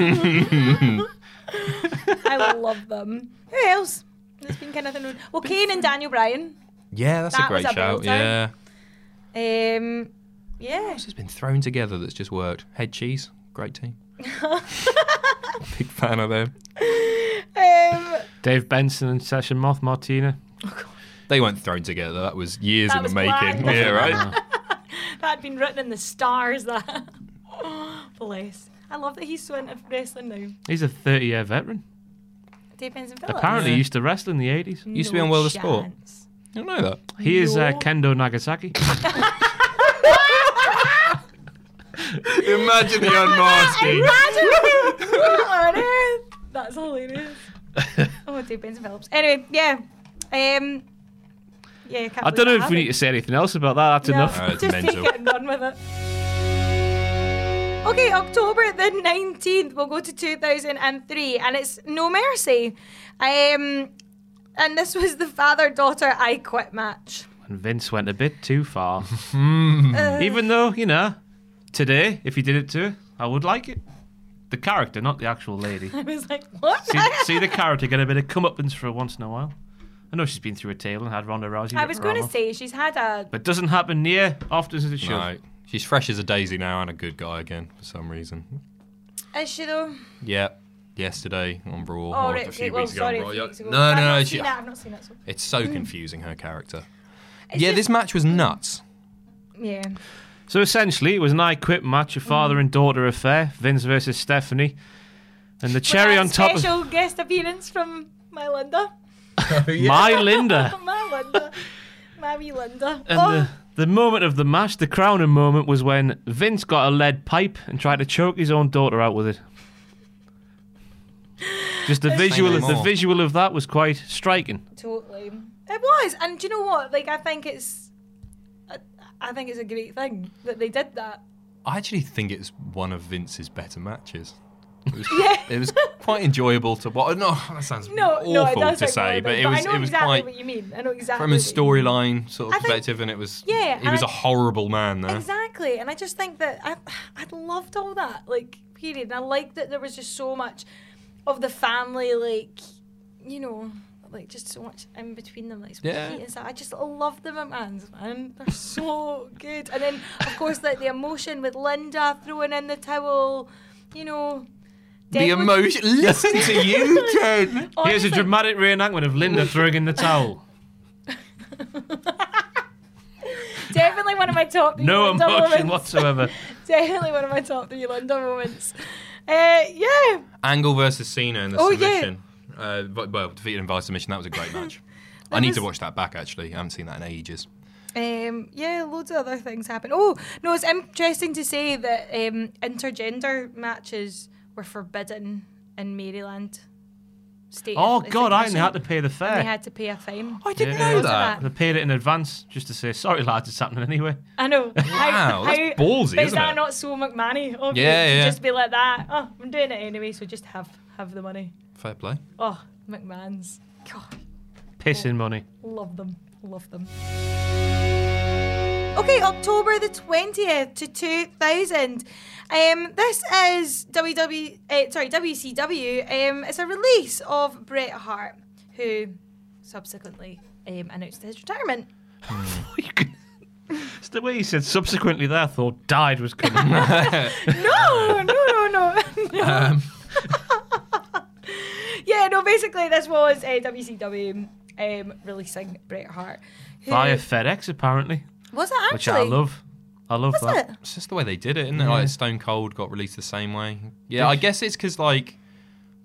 S4: love them. Who else? There's been kind of thing. Well, Kane and Daniel Bryan.
S6: Yeah, that's
S4: That
S6: a great
S4: was a
S6: shout.
S4: build-up.
S6: Yeah,
S4: Um, yeah.
S6: it's just been thrown together. That's just worked. Head Cheese, great team. Big fan of them.
S4: Um,
S5: Dave Benson and Sasha Moth Martina.
S6: They weren't thrown together. That was years
S4: That
S6: in
S4: was
S6: the making.
S4: planned.
S6: Yeah, right.
S4: that had been written in the stars. That bless. I love that he's so into wrestling now.
S5: He's a 30-year veteran.
S4: Dave Benson Phillips.
S5: Apparently, he used to wrestle in the 80s.
S4: Mm,
S6: Used to be on World of Sport. you don't know that.
S5: He is uh,
S4: No.
S5: Kendo Nagasaki.
S6: Imagine the unmasking.
S4: Imagine what on earth. That's hilarious. oh, Dave Benson Phillips. Anyway, yeah. Um, yeah, I, can't
S5: I
S4: believe
S5: don't know
S4: that
S5: if we need
S4: happened.
S5: to say anything else about that. That's
S4: No,
S5: enough.
S6: Alright, it's
S4: just take
S6: mental.
S4: it and run with it. Okay, October the 19th, we'll go to 2003, and it's No Mercy. Um, and this was the father daughter I quit match.
S5: And Vince went a bit too far.
S4: Uh.
S5: Even though, you know, today, if he did it to her, I would like it. The character, not the actual lady.
S4: I was like, what?
S5: see, see the character get a bit of comeuppance for once in a while. I know she's been through a table and had Ronda Rousey.
S4: I
S5: rip
S4: was
S5: her
S4: going to
S5: arm off,
S4: say, she's had a.
S5: But doesn't happen near often as it should.
S6: No, she's fresh as a daisy now and a good guy again for some reason.
S4: Is she though?
S6: Yeah, yesterday on Raw. or
S4: Oh,
S6: a
S4: right,
S6: few
S4: okay, well,
S6: weeks ago on
S4: sorry. a
S6: Raw.
S4: few weeks ago.
S6: No,
S4: I've
S6: no,
S4: not
S6: no.
S4: seen
S6: she-
S4: that, I've not seen that. So.
S6: It's so confusing her character. yeah, this match was nuts.
S4: Yeah.
S5: So essentially, it was an I Quit match, a father
S4: Hmm.
S5: and daughter affair, Vince versus Stephanie. And the cherry
S4: With
S5: on
S4: that
S5: top of
S4: Special guest appearance from my Linda.
S5: my Linda.
S4: my Linda. My wee Linda.
S5: And
S4: oh,
S5: the, the moment of the match, the crowning moment, was when Vince got a lead pipe and tried to choke his own daughter out with it. Just the visual,
S6: no
S5: of, the
S6: more.
S5: visual of that was quite striking.
S4: Totally. It was, and do you know what? Like, I think it's, I, I think it's a great thing that they did that.
S6: I actually think it's one of Vince's better matches. It was, it was quite enjoyable to watch. No, that sounds
S4: No,
S6: awful
S4: no, it does
S6: to
S4: sound
S6: say,
S4: horrible,
S6: but it was
S4: I know
S6: it was
S4: exactly
S6: quite
S4: what you mean. I know exactly.
S6: from a
S4: what you mean.
S6: storyline sort
S4: I
S6: of
S4: think-
S6: perspective, and it was
S4: Yeah,
S6: he was
S4: I-
S6: a horrible man there.
S4: Exactly, and I just think that I, I loved all that like period, and I liked that there was just so much of the family, like, you know. Like just so much in between them, like so much
S6: Yeah.
S4: heat and stuff. I just love the McMahons, man. They're so good. And then of course like the emotion with Linda throwing in the towel, you know.
S6: The
S4: Deadwood-
S6: emotion. Listen to you, Ken.
S5: Here's a
S4: Honestly,
S5: dramatic reenactment of Linda throwing in the towel.
S4: Definitely one of my top three
S5: No
S4: Linda
S5: emotion
S4: moments.
S5: whatsoever.
S4: Definitely one of my top three Linda moments. Uh, yeah,
S6: Angle versus Cena in the
S4: Oh, yeah.
S6: submission. Uh, vi- well, defeated in via submission. That was a great match. I need to
S4: was-
S6: watch that back. Actually, I haven't seen that in ages.
S4: um, yeah, loads of other things happened. Oh no, it's interesting to say that um, intergender matches were forbidden in Maryland. State
S5: Oh
S4: it's a
S5: God, I only
S4: commission,
S5: had to pay the
S4: and They
S5: fare.
S4: had to pay a fine.
S6: I didn't
S5: Yeah.
S6: know
S4: Because of
S6: that.
S5: They paid it in advance just to say sorry, lads, it's happening anyway.
S4: I know. Wow,
S6: Wow, that's ballsy,
S4: But is
S6: isn't
S4: that
S6: it?
S4: not so McMahony? of you
S6: Yeah,
S4: to
S6: yeah.
S4: Just be like that. Oh, I'm doing it anyway, so just have have the money.
S6: Fair play.
S4: Oh, McMahon's. God.
S5: Pissing money.
S4: Love them. Love them. Okay, October the 20th to 2000. Um, this is WW, uh, sorry, WCW. Um, it's a release of Bret Hart, who subsequently um, announced his retirement.
S5: It's the way he said subsequently there, I thought died was coming.
S4: no, no, no, no. no.
S5: Um.
S4: yeah, no, basically, this was uh, WCW um, releasing Bret Hart. who-
S5: Via FedEx apparently,
S4: was it actually?
S5: which I love. I love
S4: Was
S5: that.
S4: it?
S6: It's just the way they did it, isn't it? Like Stone Cold got released the same way. Yeah, I guess it's because like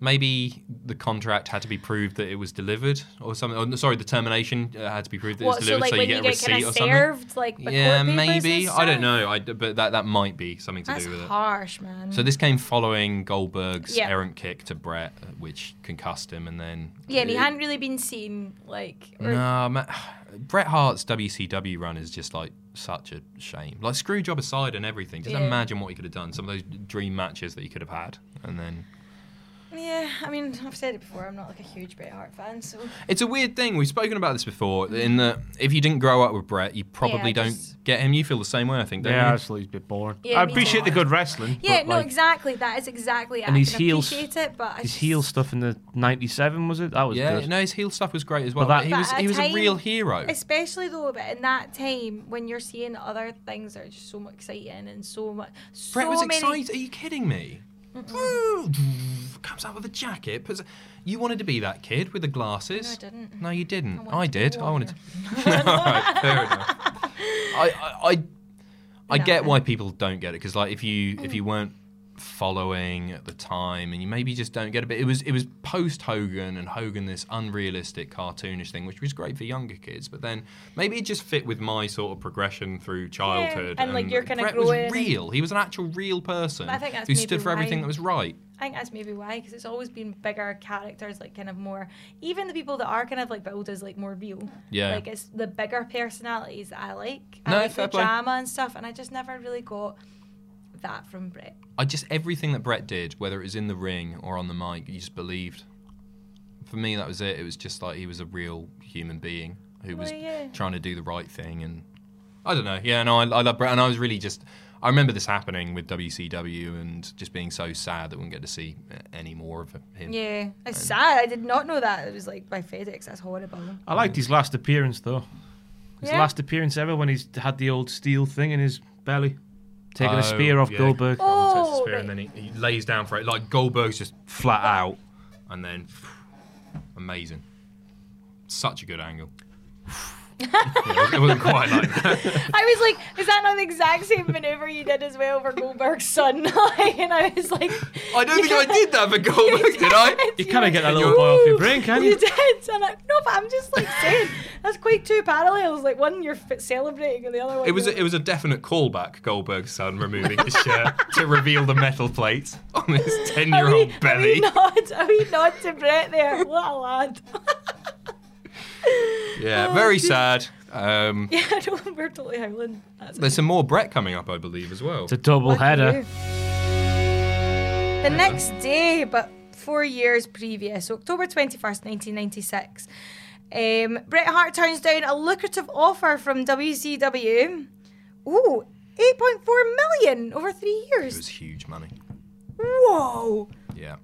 S6: maybe the contract had to be proved that it was delivered or something. Or, sorry, the termination uh, had to be proved that
S4: What,
S6: it was
S4: so
S6: delivered,
S4: like
S6: so,
S4: when
S6: you get a
S4: kinda
S6: receipt or something.
S4: served, like the
S6: Yeah,
S4: court papers and
S6: maybe. I
S4: stuff?
S6: don't know. I, d- but that that might be something to
S4: That's
S6: do with it.
S4: harsh, man.
S6: So this came following Goldberg's
S4: Yeah.
S6: errant kick to Brett, uh, which concussed him, and then
S4: yeah, and he
S6: it-
S4: hadn't really been seen, like. Or,
S6: No, ma Bret Hart's WCW run is just like such a shame. Like screw job aside and everything, just
S4: Yeah.
S6: imagine what he could have done. Some of those dream matches that he could have had, and then
S4: Yeah, I mean, I've said it before. I'm not like a huge Bret Hart fan, so
S6: it's a weird thing. We've spoken about this before. In that, if you didn't grow up with Brett, you probably don't
S4: just-
S6: get him. You feel the same way, I think. Don't
S5: Yeah,
S6: you?
S5: absolutely, a bit boring.
S4: Yeah,
S5: I
S4: me
S5: appreciate
S4: too.
S5: the good wrestling.
S4: yeah,
S5: but,
S4: no,
S6: like-
S4: exactly. That is exactly it.
S5: And
S4: I
S5: his
S4: can
S5: heels-
S4: appreciate it, but I
S5: His
S4: just-
S5: heel stuff in the '97 was it? That was
S6: Yeah,
S5: good.
S6: no, his heel stuff was great as well.
S5: But that-
S6: But he was
S4: But
S6: he was a
S4: time-
S6: real hero.
S4: Especially though, but in that time when you're seeing other things that are just so much exciting and so much. So
S6: Brett was
S4: many,
S6: excited. Are you kidding me? Comes out with a jacket. Puts, you wanted to be that kid with the glasses. No, I
S4: didn't.
S6: No, you didn't. I,
S4: wanted to be
S6: did. I
S4: warrior.
S6: wanted. To... All right, fair enough. I I, I, I get why people don't get it because like if you if
S4: Mm.
S6: you weren't following at the time and you maybe just don't get a bit it was it was post Hogan and Hogan this unrealistic cartoonish thing which was great for younger kids but then maybe it just fit with my sort of progression through childhood
S4: and, like, you're kinda
S6: Brett
S4: growing
S6: was
S4: and-
S6: real he was an actual real person
S4: I think that's
S6: who
S4: maybe
S6: stood for everything
S4: why-
S6: that was right
S4: I think that's maybe why, because it's always been bigger characters, like kind of more. Even the people that are kind of like billed as like more real.
S6: Yeah.
S4: Like it's the bigger personalities that I like. I
S6: No,
S4: like
S6: fair
S4: the
S6: play.
S4: drama and stuff, and I just never really got that from Brett.
S6: I just everything that Brett did whether it was in the ring or on the mic you just believed for me that was it it was just like he was a real human being who was
S4: Well, yeah.
S6: trying to do the right thing and I don't know yeah no I, I love Brett and I was really just I remember this happening with WCW and just being so sad that we wouldn't get to see uh, any more of him
S4: Yeah, it's sad. I did not know that. It was like by FedEx. That's horrible.
S5: I liked his last appearance though. His
S4: Yeah.
S5: last appearance ever when he's had the old steel thing in his belly, taking
S6: Oh,
S5: a spear off
S6: yeah.
S5: Goldberg.
S6: Takes the
S4: Oh,
S6: spear and then he, he lays down for it like Goldberg's just flat out and then amazing such a good angle Yeah, it wasn't quite like that
S4: I was like, is that not the exact same maneuver you did as well for Goldberg's son? and I was like,
S6: I don't think I did that for Goldberg, did I?
S5: You
S4: You
S5: kind
S4: were-
S5: of get that little boy off your brain, can
S4: you
S5: you?
S4: did. And I, no, but I'm just like saying, that's quite two parallels. Like one you're f- celebrating and the other one.
S6: It was
S4: you're
S6: a, it was a definite callback. Goldberg's son removing his shirt to reveal the metal plates on his ten
S4: like,
S6: year
S4: a
S6: old
S4: wee- A wee
S6: belly.
S4: nod, a wee nod to Brett there. What a lad.
S6: Yeah, very sad. Um,
S4: yeah, I know, we're totally howling. That's
S6: there's some more Brett coming up, I believe, as well.
S5: It's a double header.
S4: The next day, but four years previous, October 21st, 1996, um, Bret Hart turns down a lucrative offer from WCW. Ooh, 8.4 million over three
S6: It was
S4: years.
S6: huge money.
S4: Whoa!
S6: Yeah.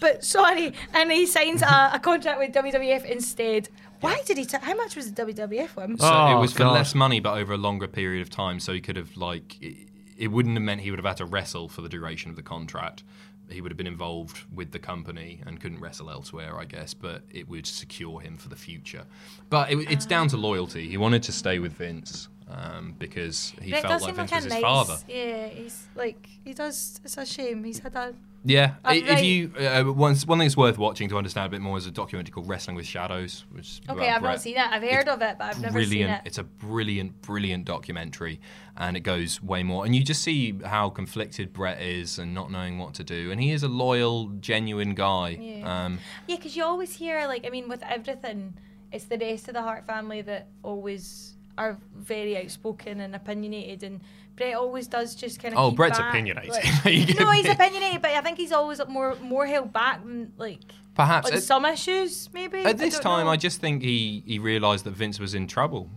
S4: But sorry, and he signs a, a contract with WWF instead. Why did he? T- how much was the WWF one?
S6: So
S5: Oh,
S6: it was for
S5: God.
S6: less money, but over a longer period of time. So he could have like, it, it wouldn't have meant he would have had to wrestle for the duration of the contract. He would have been involved with the company and couldn't wrestle elsewhere, I guess. But it would secure him for the future. But it, it's down to loyalty. He wanted to stay with Vince um, because he
S4: Bret
S6: felt
S4: does
S6: like
S4: seem
S6: Vince
S4: like
S6: was
S4: a nice.
S6: his father.
S4: Yeah, he's like he does. It's a shame he's had a
S6: Yeah,
S4: Uh,
S6: i- if
S4: right.
S6: you uh, once one thing that's worth watching to understand a bit more is a documentary called Wrestling with Shadows, which is
S4: Okay,
S6: about
S4: I've
S6: Bret.
S4: not seen it. I've heard of it, but I've never seen
S6: brilliant.
S4: it.
S6: It's a brilliant, brilliant documentary, and it goes way more. And you just see how conflicted Brett is and not knowing what to do. And he is a loyal, genuine guy.
S4: Yeah.
S6: Um,
S4: Yeah, because you always hear, like, I mean, with everything, it's the rest of the Hart family that always are very outspoken and opinionated, and Brett always does just kind of.
S6: oh,
S4: keep
S6: Brett's
S4: back,
S6: opinionated.
S4: like-
S6: Are you
S4: no,
S6: kidding
S4: he's
S6: me?
S4: opinionated, but I think he's always more more held back, than, like
S6: Perhaps
S4: on
S6: at,
S4: some issues, maybe. I
S6: at this
S4: don't
S6: time,
S4: know.
S6: I just think he he realised that Vince was in trouble,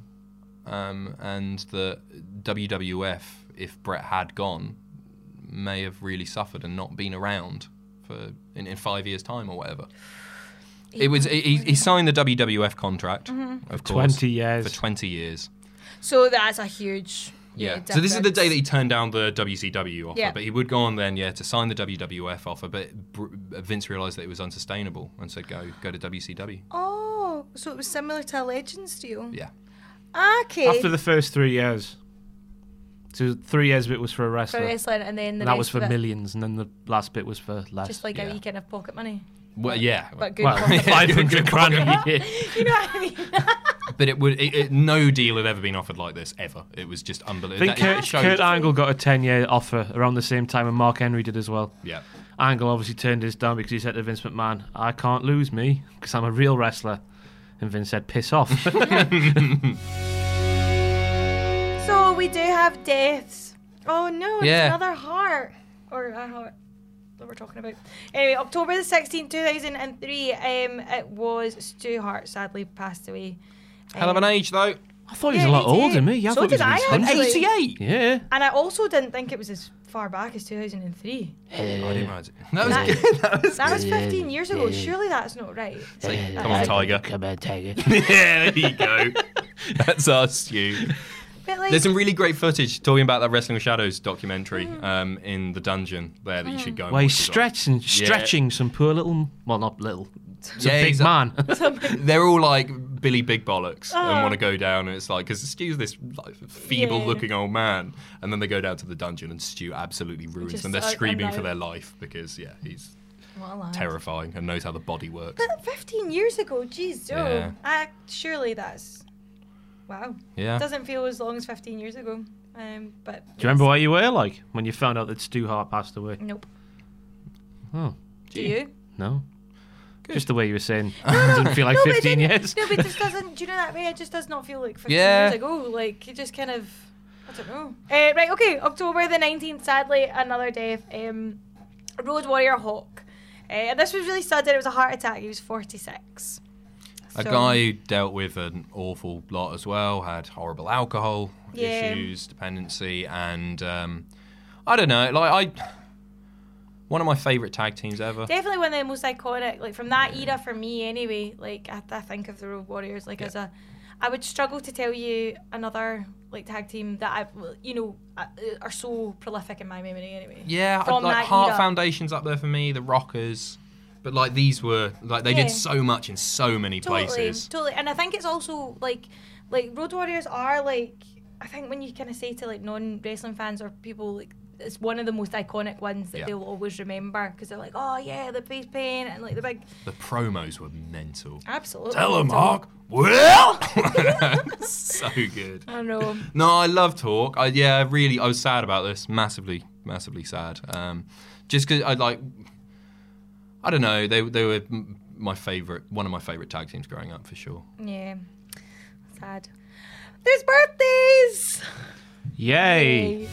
S6: um, and that WWF, if Brett had gone, may have really suffered and not been around for in, in five years' time or whatever. It was he, he- he signed the WWF contract,
S4: Mm-hmm.
S6: of course,
S5: 20 years.
S6: for twenty years.
S4: So that's a huge.
S6: Yeah. So this is the
S4: difference.
S6: day that he turned down the WCW offer,
S4: Yeah.
S6: but he would go on then, yeah, to sign the WWF offer. But Br- Vince realised that it was unsustainable and said, "Go, go to WCW."
S4: Oh, so it was similar to a Legends deal.
S6: Yeah.
S4: Okay.
S5: After the first three years, so three years of it was for a
S4: for
S5: wrestler.
S4: wrestling, and then the
S5: and that
S4: rest
S5: was for
S4: of it,
S5: millions, and then the last bit was for less.
S4: Just like
S6: yeah.
S4: a weekend of pocket money,
S6: Well, yeah.
S4: but good.
S5: well,
S4: pocket-
S5: five hundred grand a year.
S4: you know what I mean?
S6: But it would it, it, no deal had ever been offered like this ever. It was just
S5: I
S6: unbelievable.
S5: think
S6: That- it
S5: Kurt,
S6: showed-
S5: Kurt Angle got a ten-year offer around the same time, and Mark Henry did as well.
S6: yeah,
S5: Angle obviously turned his down because he said to Vince McMahon, "I can't lose me because I'm a real wrestler," and Vince said, "Piss off."
S4: So we do have deaths. Oh no, it's
S6: Yeah.
S4: another heart. Or a heart that we're talking about. Anyway, October the 16th, 2003, um, it was Stu Hart sadly passed away.
S6: Hell of an age, though.
S5: I thought he
S4: Yeah,
S5: was a lot
S4: me too.
S5: older than me. I
S4: So
S5: thought
S4: did
S5: he was
S4: I,
S5: in his
S4: actually.
S6: 88.
S5: Yeah.
S4: And I also didn't think it was as far back as 2003.
S6: I didn't realize it. That was
S4: That-
S6: good. That was
S4: That was 15 years ago. Surely that's not right.
S6: Come on, Tiger.
S8: Come on, Tiger.
S6: yeah, there you go. That's us, you.
S4: But like,
S6: There's some really great footage talking about that Wrestling with Shadows documentary
S5: Mm.
S6: um, in the dungeon there that you should go. and
S5: Why he's
S6: watch as well.
S5: stretching, stretching some poor little, well, not little, some
S6: Yeah,
S5: big
S6: he's a-
S5: man.
S6: They're all like Billy Big Bollocks
S5: Ah.
S6: and want to go down, and it's like because Stu's this like, feeble-looking old man, and then they go down to the dungeon, and Stu absolutely ruins
S4: Just
S6: them. They're
S4: like a
S6: screaming for
S4: note.
S6: their life because yeah, he's
S4: what a lie.
S6: terrifying and knows how the body works.
S4: But 15 years ago, geez, oh,
S6: Yeah.
S4: I, surely that's. Wow.
S6: Yeah.
S4: Doesn't feel as long as 15 years ago. Um, but
S5: Do you remember where you were like when you found out that Stu Hart passed away?
S4: Nope.
S6: Hmm.
S5: Oh.
S4: Do you?
S5: No. Just the way you were saying, doesn't feel like
S4: no, but it
S5: 15
S4: didn't-
S5: years.
S4: No, but it just doesn't. Do you know that way? It just does not feel like 15
S6: Yeah.
S4: years ago. Like it just kind of. I don't know. Uh, right. Okay. October the 19th. Sadly, another death. Um, Road Warrior Hawk. Uh, and this was really sudden. It was a heart attack. He was 46.
S6: A
S4: So-
S6: guy who dealt with an awful lot as well, had horrible alcohol
S4: Yeah.
S6: issues, dependency, and um, I don't know. Like I, one of my favorite tag teams ever.
S4: Definitely one of the most iconic. Like from that era for me, anyway. Like I, I think of the Road Warriors like as a. I would struggle to tell you another like tag team that I, you know, uh, are so prolific in my memory anyway.
S6: Yeah, I,
S4: From
S6: like
S4: that
S6: Heart
S4: era.
S6: Foundation's up there for me. The Rockers, but like these were like they
S4: Yeah.
S6: did so much in so many places.
S4: Totally, and I think it's also like, like Road Warriors are like, I think when you kind of say to like non wrestling fans or people like, it's one of the most iconic ones that
S6: Yeah.
S4: they'll always remember because they're like, oh yeah, the face paint and like the big,
S6: The promos were mental.
S4: absolutely.
S6: Tell 'em, Hawk. Well, so good.
S4: I know.
S6: No, I loved Hawk. I, yeah, really, I was sad about this. Massively, massively sad. Um, just because I like, I don't know. They they were m- my favorite, one of my favorite tag teams growing up for sure.
S4: Yeah, sad. There's birthdays.
S5: Yay.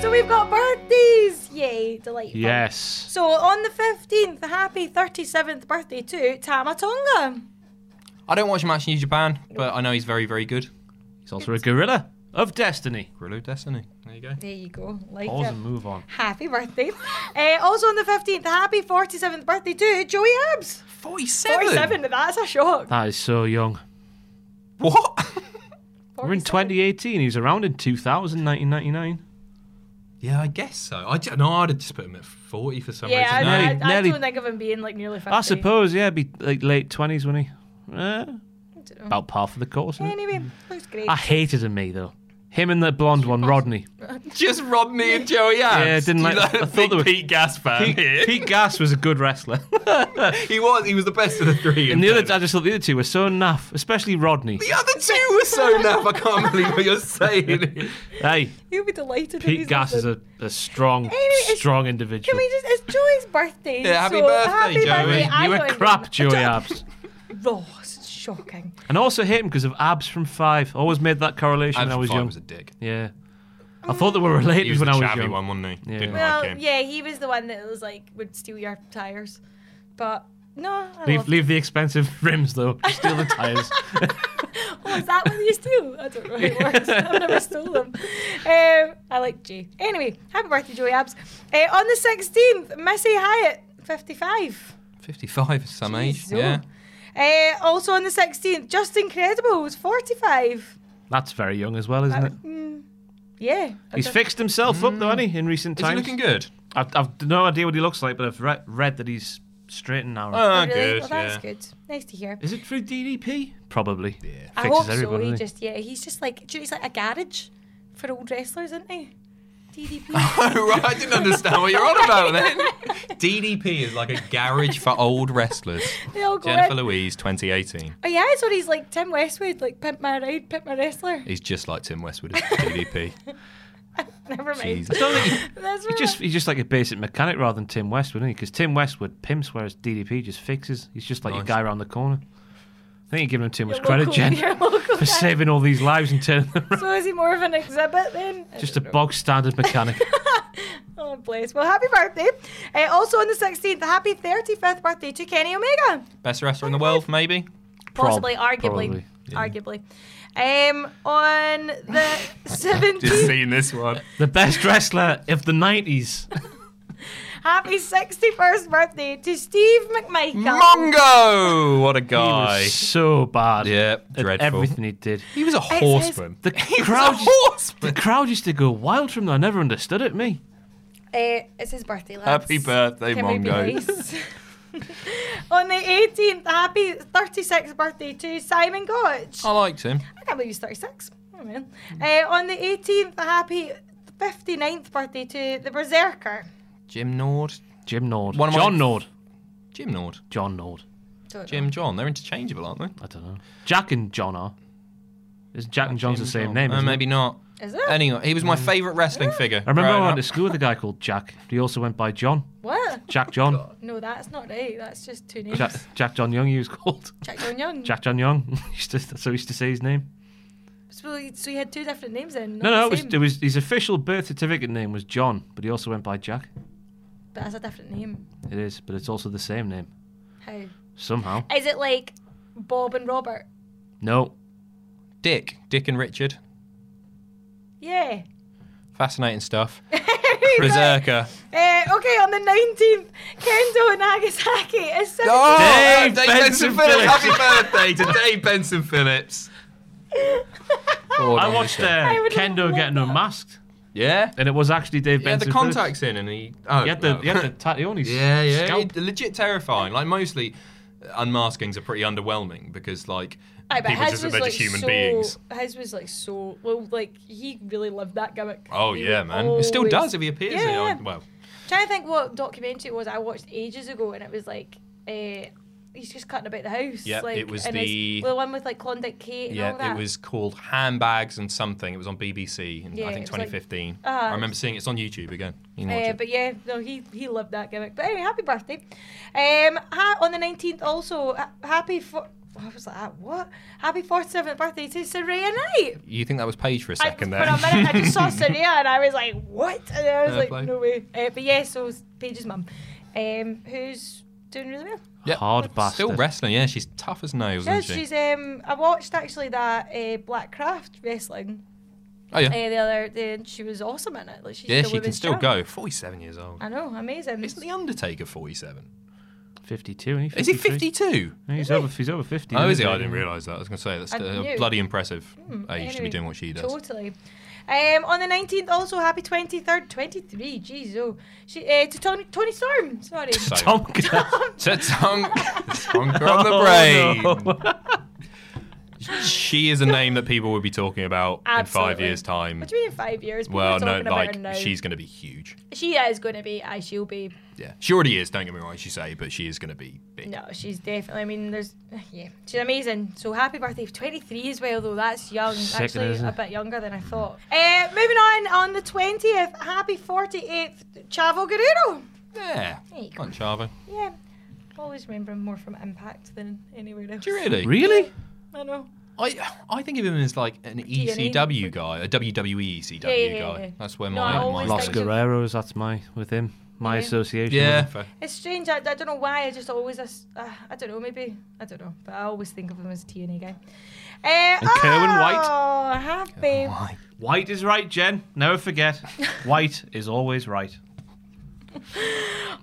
S4: So we've got birthdays. Yay, delightful.
S5: Yes.
S4: So on the 15th, happy 37th birthday to Tama Tonga.
S6: I don't watch a match in New Japan, but I know he's very, very good.
S5: He's also a gorilla of destiny.
S6: Grillo Destiny. There you go.
S4: There you go. Like
S5: Pause
S4: it.
S5: and move on.
S4: Happy birthday. Uh, also on the 15th, happy 47th birthday to Joey Abs.
S6: Forty-seven.
S4: 47, that's a shock.
S5: That is so young.
S6: What?
S5: We're in 2018. He was around in 2000, 1999.
S6: yeah, I guess so. I don't know. I'd have just put him at forty for some
S4: Yeah, I,
S6: reason.
S5: No,
S4: I,
S5: he-
S4: I,
S5: nearly-
S4: don't think of him being like nearly 50.
S5: I suppose, yeah, be like late 20s when he. Uh, about par for the course. Isn't it?
S4: Anyway, looks great.
S5: I hated him, me, though. Him and the blonde one, Rodney.
S6: Just rob me and Joey Abs.
S5: Yeah, didn't
S6: You
S5: like- I
S6: a
S5: thought they were-
S6: big Pete Gaspan here.
S5: Pete Gas was a good wrestler.
S6: he was. He was the best of the three.
S5: and the other,
S6: fairness.
S5: I just thought the other two were so naff, especially Rodney.
S6: The other two were so naff. I can't believe what you're saying.
S5: Hey,
S4: He'll be delighted when
S5: Pete
S4: he's
S5: Gas is
S4: listening.
S5: a, a strong,
S4: it's-
S5: strong
S4: Can
S5: individual.
S4: we just, it's Joey's birthday.
S6: Yeah, happy
S4: so
S6: birthday,
S4: happy
S6: Joey.
S4: Birthday. I
S5: you were
S4: don't even-
S5: crap, Joey
S4: Jo-
S5: Abs.
S4: Ross, shocking.
S5: And I also hate him because of Abs from Five. Always made that correlation when I was young.
S6: was a dick.
S5: Yeah. I thought they were
S6: He
S5: related
S6: was
S5: when
S6: the
S5: I was
S6: chavvy
S5: young.
S6: one, wasn't he?
S5: Yeah.
S6: Didn't
S4: Well,
S6: like him.
S4: yeah, he was the one that was like, would steal your tyres. But no, I
S5: Leave,
S4: loved-
S5: leave the expensive rims though. Just Steal the tires.
S4: Oh, is that what you steal? I don't know how it works. I've never stolen. Um, I like Jay. Anyway, happy birthday, Joey Abs. Uh, on the 16th, Missy Hyatt, 55.
S6: Fifty-five, is some age.
S4: Jeez,
S6: Yeah.
S4: Uh, also on the 16th, Just Incredible was 45.
S5: That's very young as well, isn't it?
S4: Yeah.
S5: He's fixed himself up though, hasn't he? In recent
S6: Is he
S5: times,
S6: looking good?
S5: I've, I've no idea what he looks like, but I've re- read that he's straight and narrow.
S6: Oh,
S4: Really?
S6: good.
S4: Well, that's
S6: yeah.
S4: good. Nice to hear.
S5: Is it through DDP? Probably. Yeah. Fixes
S4: I hope
S5: everyone.
S4: so. He
S5: doesn't he?
S4: just, yeah, he's just like, do you know, he's like a garage for old wrestlers, isn't he? DDP.
S6: Oh, right, I didn't understand what you're on about then. DDP is like a garage for old wrestlers.
S4: they all go
S6: Jennifer
S4: in.
S6: Louise, 2018.
S4: Oh, yeah, so he's like Tim Westwood, like pimp my ride, pimp my wrestler.
S6: He's just like Tim Westwood as DDP.
S4: Never mind.
S6: Jesus.
S5: I don't think he-
S4: That's
S5: he's just he's just like a basic mechanic rather than Tim Westwood, isn't he? Because Tim Westwood pimps, whereas DDP just fixes. He's just like a
S6: Nice.
S5: guy around the corner. I think you're giving him too much
S4: Your
S5: credit,
S4: local-
S5: Jen,
S4: your local
S5: for saving all these lives and turning them around.
S4: So is he more of an exhibit then?
S5: Just a bog standard mechanic.
S4: Oh, bless. Well, happy birthday. Uh, also on the 16th, happy 35th birthday to Kenny Omega.
S6: Best wrestler in the world, maybe.
S4: Possibly,
S6: Prob-
S4: arguably. Arguably.
S5: probably,
S4: Um, on the 17th,
S6: seen this one.
S5: the best wrestler of the 90s.
S4: happy 61st birthday to Steve McMichael.
S6: Mongo! What a
S5: He
S6: guy.
S5: was so bad.
S6: yeah,
S5: at
S6: dreadful.
S5: Everything he did.
S6: He was a horseman.
S5: The crowd,
S6: a
S5: used, the crowd used to go wild from that. I never understood it, me.
S4: Uh, it's his birthday, lads.
S6: Happy birthday,
S4: Can we be
S6: Mongo.
S4: nice? on the 18th, happy 36th birthday to Simon Gotch.
S6: I liked him.
S4: I can't believe he's 36. Oh, man.
S5: Mm.
S4: Uh, on the 18th, a happy 59th birthday to the Berserker.
S6: Jim Nord.
S5: Jim Nord.
S6: One of my-
S5: John Nord.
S6: Jim Nord.
S5: John Nord.
S6: Jim John. They're interchangeable, aren't they?
S5: I don't know. Jack and John are. Is Jack and John's the same name?
S6: Uh,
S5: isn't it? Mm.
S6: maybe not.
S4: Is it?
S6: Anyway, he was my favourite wrestling figure.
S5: I remember I
S6: growing
S5: went
S6: up.
S5: to school with a guy called Jack. He also went by John.
S4: What?
S5: Jack John.
S4: No, that's not right. That's just two names.
S5: Jack,
S4: Jack,
S5: Jack John Young, he was called.
S4: John Young.
S5: Jack John Young. Used to- That's how he used to say his name.
S4: So, he- so he had two different names then.
S5: No, no, it
S4: not the
S5: was,
S4: same.
S5: it was his official birth certificate name was John, but he also went by Jack.
S4: But that's a different name.
S5: It is, but it's also the same name
S4: How?
S5: somehow.
S4: Is it like Bob and Robert?
S5: No,
S6: Dick. Dick and Richard.
S4: Yeah.
S6: Fascinating stuff. Berserker.
S4: Uh, okay, on the 19th, Kendo Nagasaki is 70.
S6: Oh!
S5: Dave Benson Phillips.
S6: Happy birthday to Dave Benson Phillips.
S5: I watched uh,
S4: would love
S5: Kendo getting unmasked,
S6: Yeah.
S5: and it was actually Dave
S6: He had the
S5: Benson.
S6: contacts in, and he. Oh,
S5: He had the,
S6: no.
S5: he had the tattoo on his
S6: Yeah, yeah.
S5: scalp.
S6: It- legit terrifying. Like mostly, uh, unmaskings are pretty underwhelming because like
S4: Aye, but
S6: people
S4: his
S6: just
S4: was,
S6: they're
S4: like,
S6: just human
S4: so,
S6: beings.
S4: His was like so well, like he really loved that gimmick.
S6: Oh
S4: He
S6: yeah,
S4: would
S6: man. It still
S4: always-
S6: does if he appears. in it.
S4: Yeah,
S6: Like,
S4: yeah.
S6: Well,
S4: Trying to think what documentary it was I watched ages ago, and it was like uh, he's just cutting about the house.
S6: Yep,
S4: like,
S6: it was
S4: and his-
S6: the-
S4: well, the one with like Klondike Kate. And all
S6: yeah,
S4: that.
S6: it was called Handbags and something. It was on BBC in
S4: Yeah,
S6: I
S4: it
S6: think
S4: was like-
S6: 2015. I remember seeing it. it's on YouTube again. You can watch
S4: Uh,
S6: it.
S4: but yeah, no, he he loved that gimmick. But anyway, happy birthday. Um, ha- on the nineteenth, also ha- happy for. I was like, ah, what? Happy 47th birthday to Saraya Knight.
S6: You think that was Paige for a
S4: I, for
S6: second there?
S4: a minute, I just saw Saraya and I was like, what? And I was
S6: Fair
S4: like,
S6: play.
S4: no way. Uh, but yeah, so it's Paige's mum, um, who's doing really well.
S6: Yeah.
S5: Hard bastard.
S6: Still wrestling. Yeah, she's tough as nails,
S4: Yeah,
S6: isn't she?
S4: she's. Um, I watched actually that uh, Black Craft wrestling
S6: Oh yeah.
S4: uh, the other day, and she was awesome in it. Like she's
S6: yeah,
S4: the
S6: she can
S4: women's
S6: still
S4: champ.
S6: go. 47 years old.
S4: I know, amazing.
S6: Isn't the Undertaker 47?
S5: 52. Ain't he?
S6: Is he
S5: 53?
S6: 52?
S5: Yeah, He's over. He's over 50.
S6: Oh, is he?
S5: isn't
S6: I didn't realise that. I was going to say that's
S4: I
S6: uh,
S4: knew. Hmm.
S6: bloody impressive age to be
S4: Anyway,
S6: doing what she does.
S4: Totally. Um, on the 19th, also happy 23rd, 23, jeez, oh. She, uh, to Tony, Tony Storm, sorry.
S6: So,
S5: Tonka.
S6: to Tonk- Tonka on the brain. She is a name that people will be talking about in five
S4: Absolutely.
S6: years' time.
S4: What do you mean in five years? People
S6: Well,
S4: are
S6: no,
S4: talking about
S6: like
S4: her now.
S6: she's going to be huge.
S4: She is going to be, I she'll be.
S6: Yeah, she already is. Don't get me wrong, she say, but she is going to be big.
S4: No, she's definitely, I mean, there's, yeah, she's amazing. So happy birthday, 23 as well, though, that's young.
S5: Sick,
S4: Actually,
S5: isn't
S4: a
S5: it?
S4: bit younger than I thought. Uh, moving on, on the 20th, happy 48th, Chavo Guerrero.
S6: Yeah,
S4: you go.
S6: come on, Chavo.
S4: Yeah, always remember him more from Impact than anywhere else.
S6: Do you really?
S5: really?
S4: I know.
S6: I I think of him as like an ECW guy, a E WWE ECW
S4: Yeah, yeah, yeah,
S6: guy.
S4: yeah.
S6: That's where
S4: No, I
S6: my
S4: always
S6: my
S5: Los
S4: think of-
S5: Guerreros. That's my with him. My association.
S6: yeah.
S5: With him.
S6: fair.
S4: It's strange. I, I don't know why. I just always, as- uh, I don't know, maybe. I don't know. But I always think of him as a TNA guy. Uh,
S5: And Kerwin White.
S4: Oh, happy.
S6: Why?
S5: White is right, Jen. Never forget. White is always right.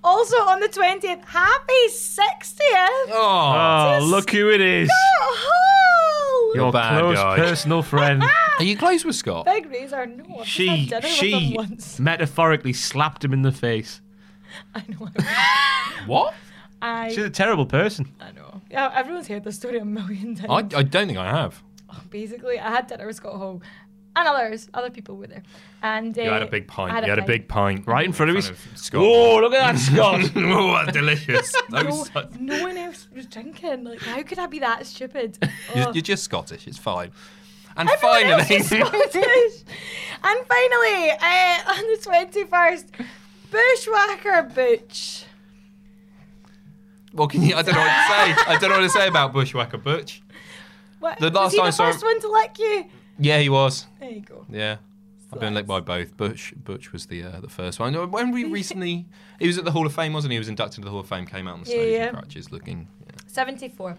S4: Also on the 20th, happy 60th.
S5: Oh,
S6: Oh,
S5: look who it is.
S4: Oh,
S6: You're
S5: Your
S6: a bad
S5: close
S6: guy.
S5: personal friend.
S6: are you close with Scott?
S4: Big Razor. No, I've
S5: she
S4: just had dinner with him
S5: she
S4: once.
S5: metaphorically slapped him in the face.
S4: I know. I-
S6: What?
S4: I,
S5: She's a terrible person.
S4: I know. Yeah, everyone's heard this story a million times.
S6: I, I don't think I have.
S4: Basically, I had dinner with Scott Hall and others. Other people were there. And uh,
S6: You had a big pint.
S4: I
S6: you had a
S4: pint.
S6: big pint.
S5: Right in front of his.
S6: Scott.
S5: Oh, look at that, Scott.
S6: oh, that's delicious.
S4: No,
S6: That was so-
S4: no one else was drinking. Like, how could I be that stupid?
S6: You're,
S4: Oh.
S6: you're just Scottish. It's fine. And
S4: Everyone else is
S6: finally,
S4: Scottish. and finally, uh, on the twenty first, Bushwhacker Butch.
S6: what can you? I don't know what to say. I don't know what to say about Bushwhacker Butch.
S4: What?
S6: The
S4: was
S6: last
S4: he
S6: time I
S4: the
S6: saw him-
S4: first one to lick you?
S6: Yeah, he was.
S4: There you go.
S6: Yeah. I've been licked by both. Butch Butch was the uh, the first one. When we recently, he was at the Hall of Fame, wasn't he? He was inducted into the Hall of Fame, came out on the
S4: Yeah,
S6: stage
S4: yeah.
S6: in crutches, looking. yeah.
S4: 74.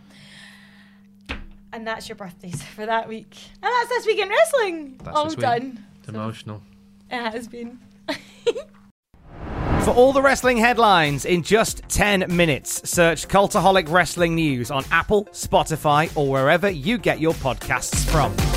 S4: And that's your birthdays for that week. And that's this week in wrestling.
S6: That's
S4: All
S6: this week.
S4: done.
S5: It's emotional.
S4: It has been.
S2: For all the wrestling headlines in just 10 minutes, search Cultaholic Wrestling News on Apple, Spotify, or wherever you get your podcasts from.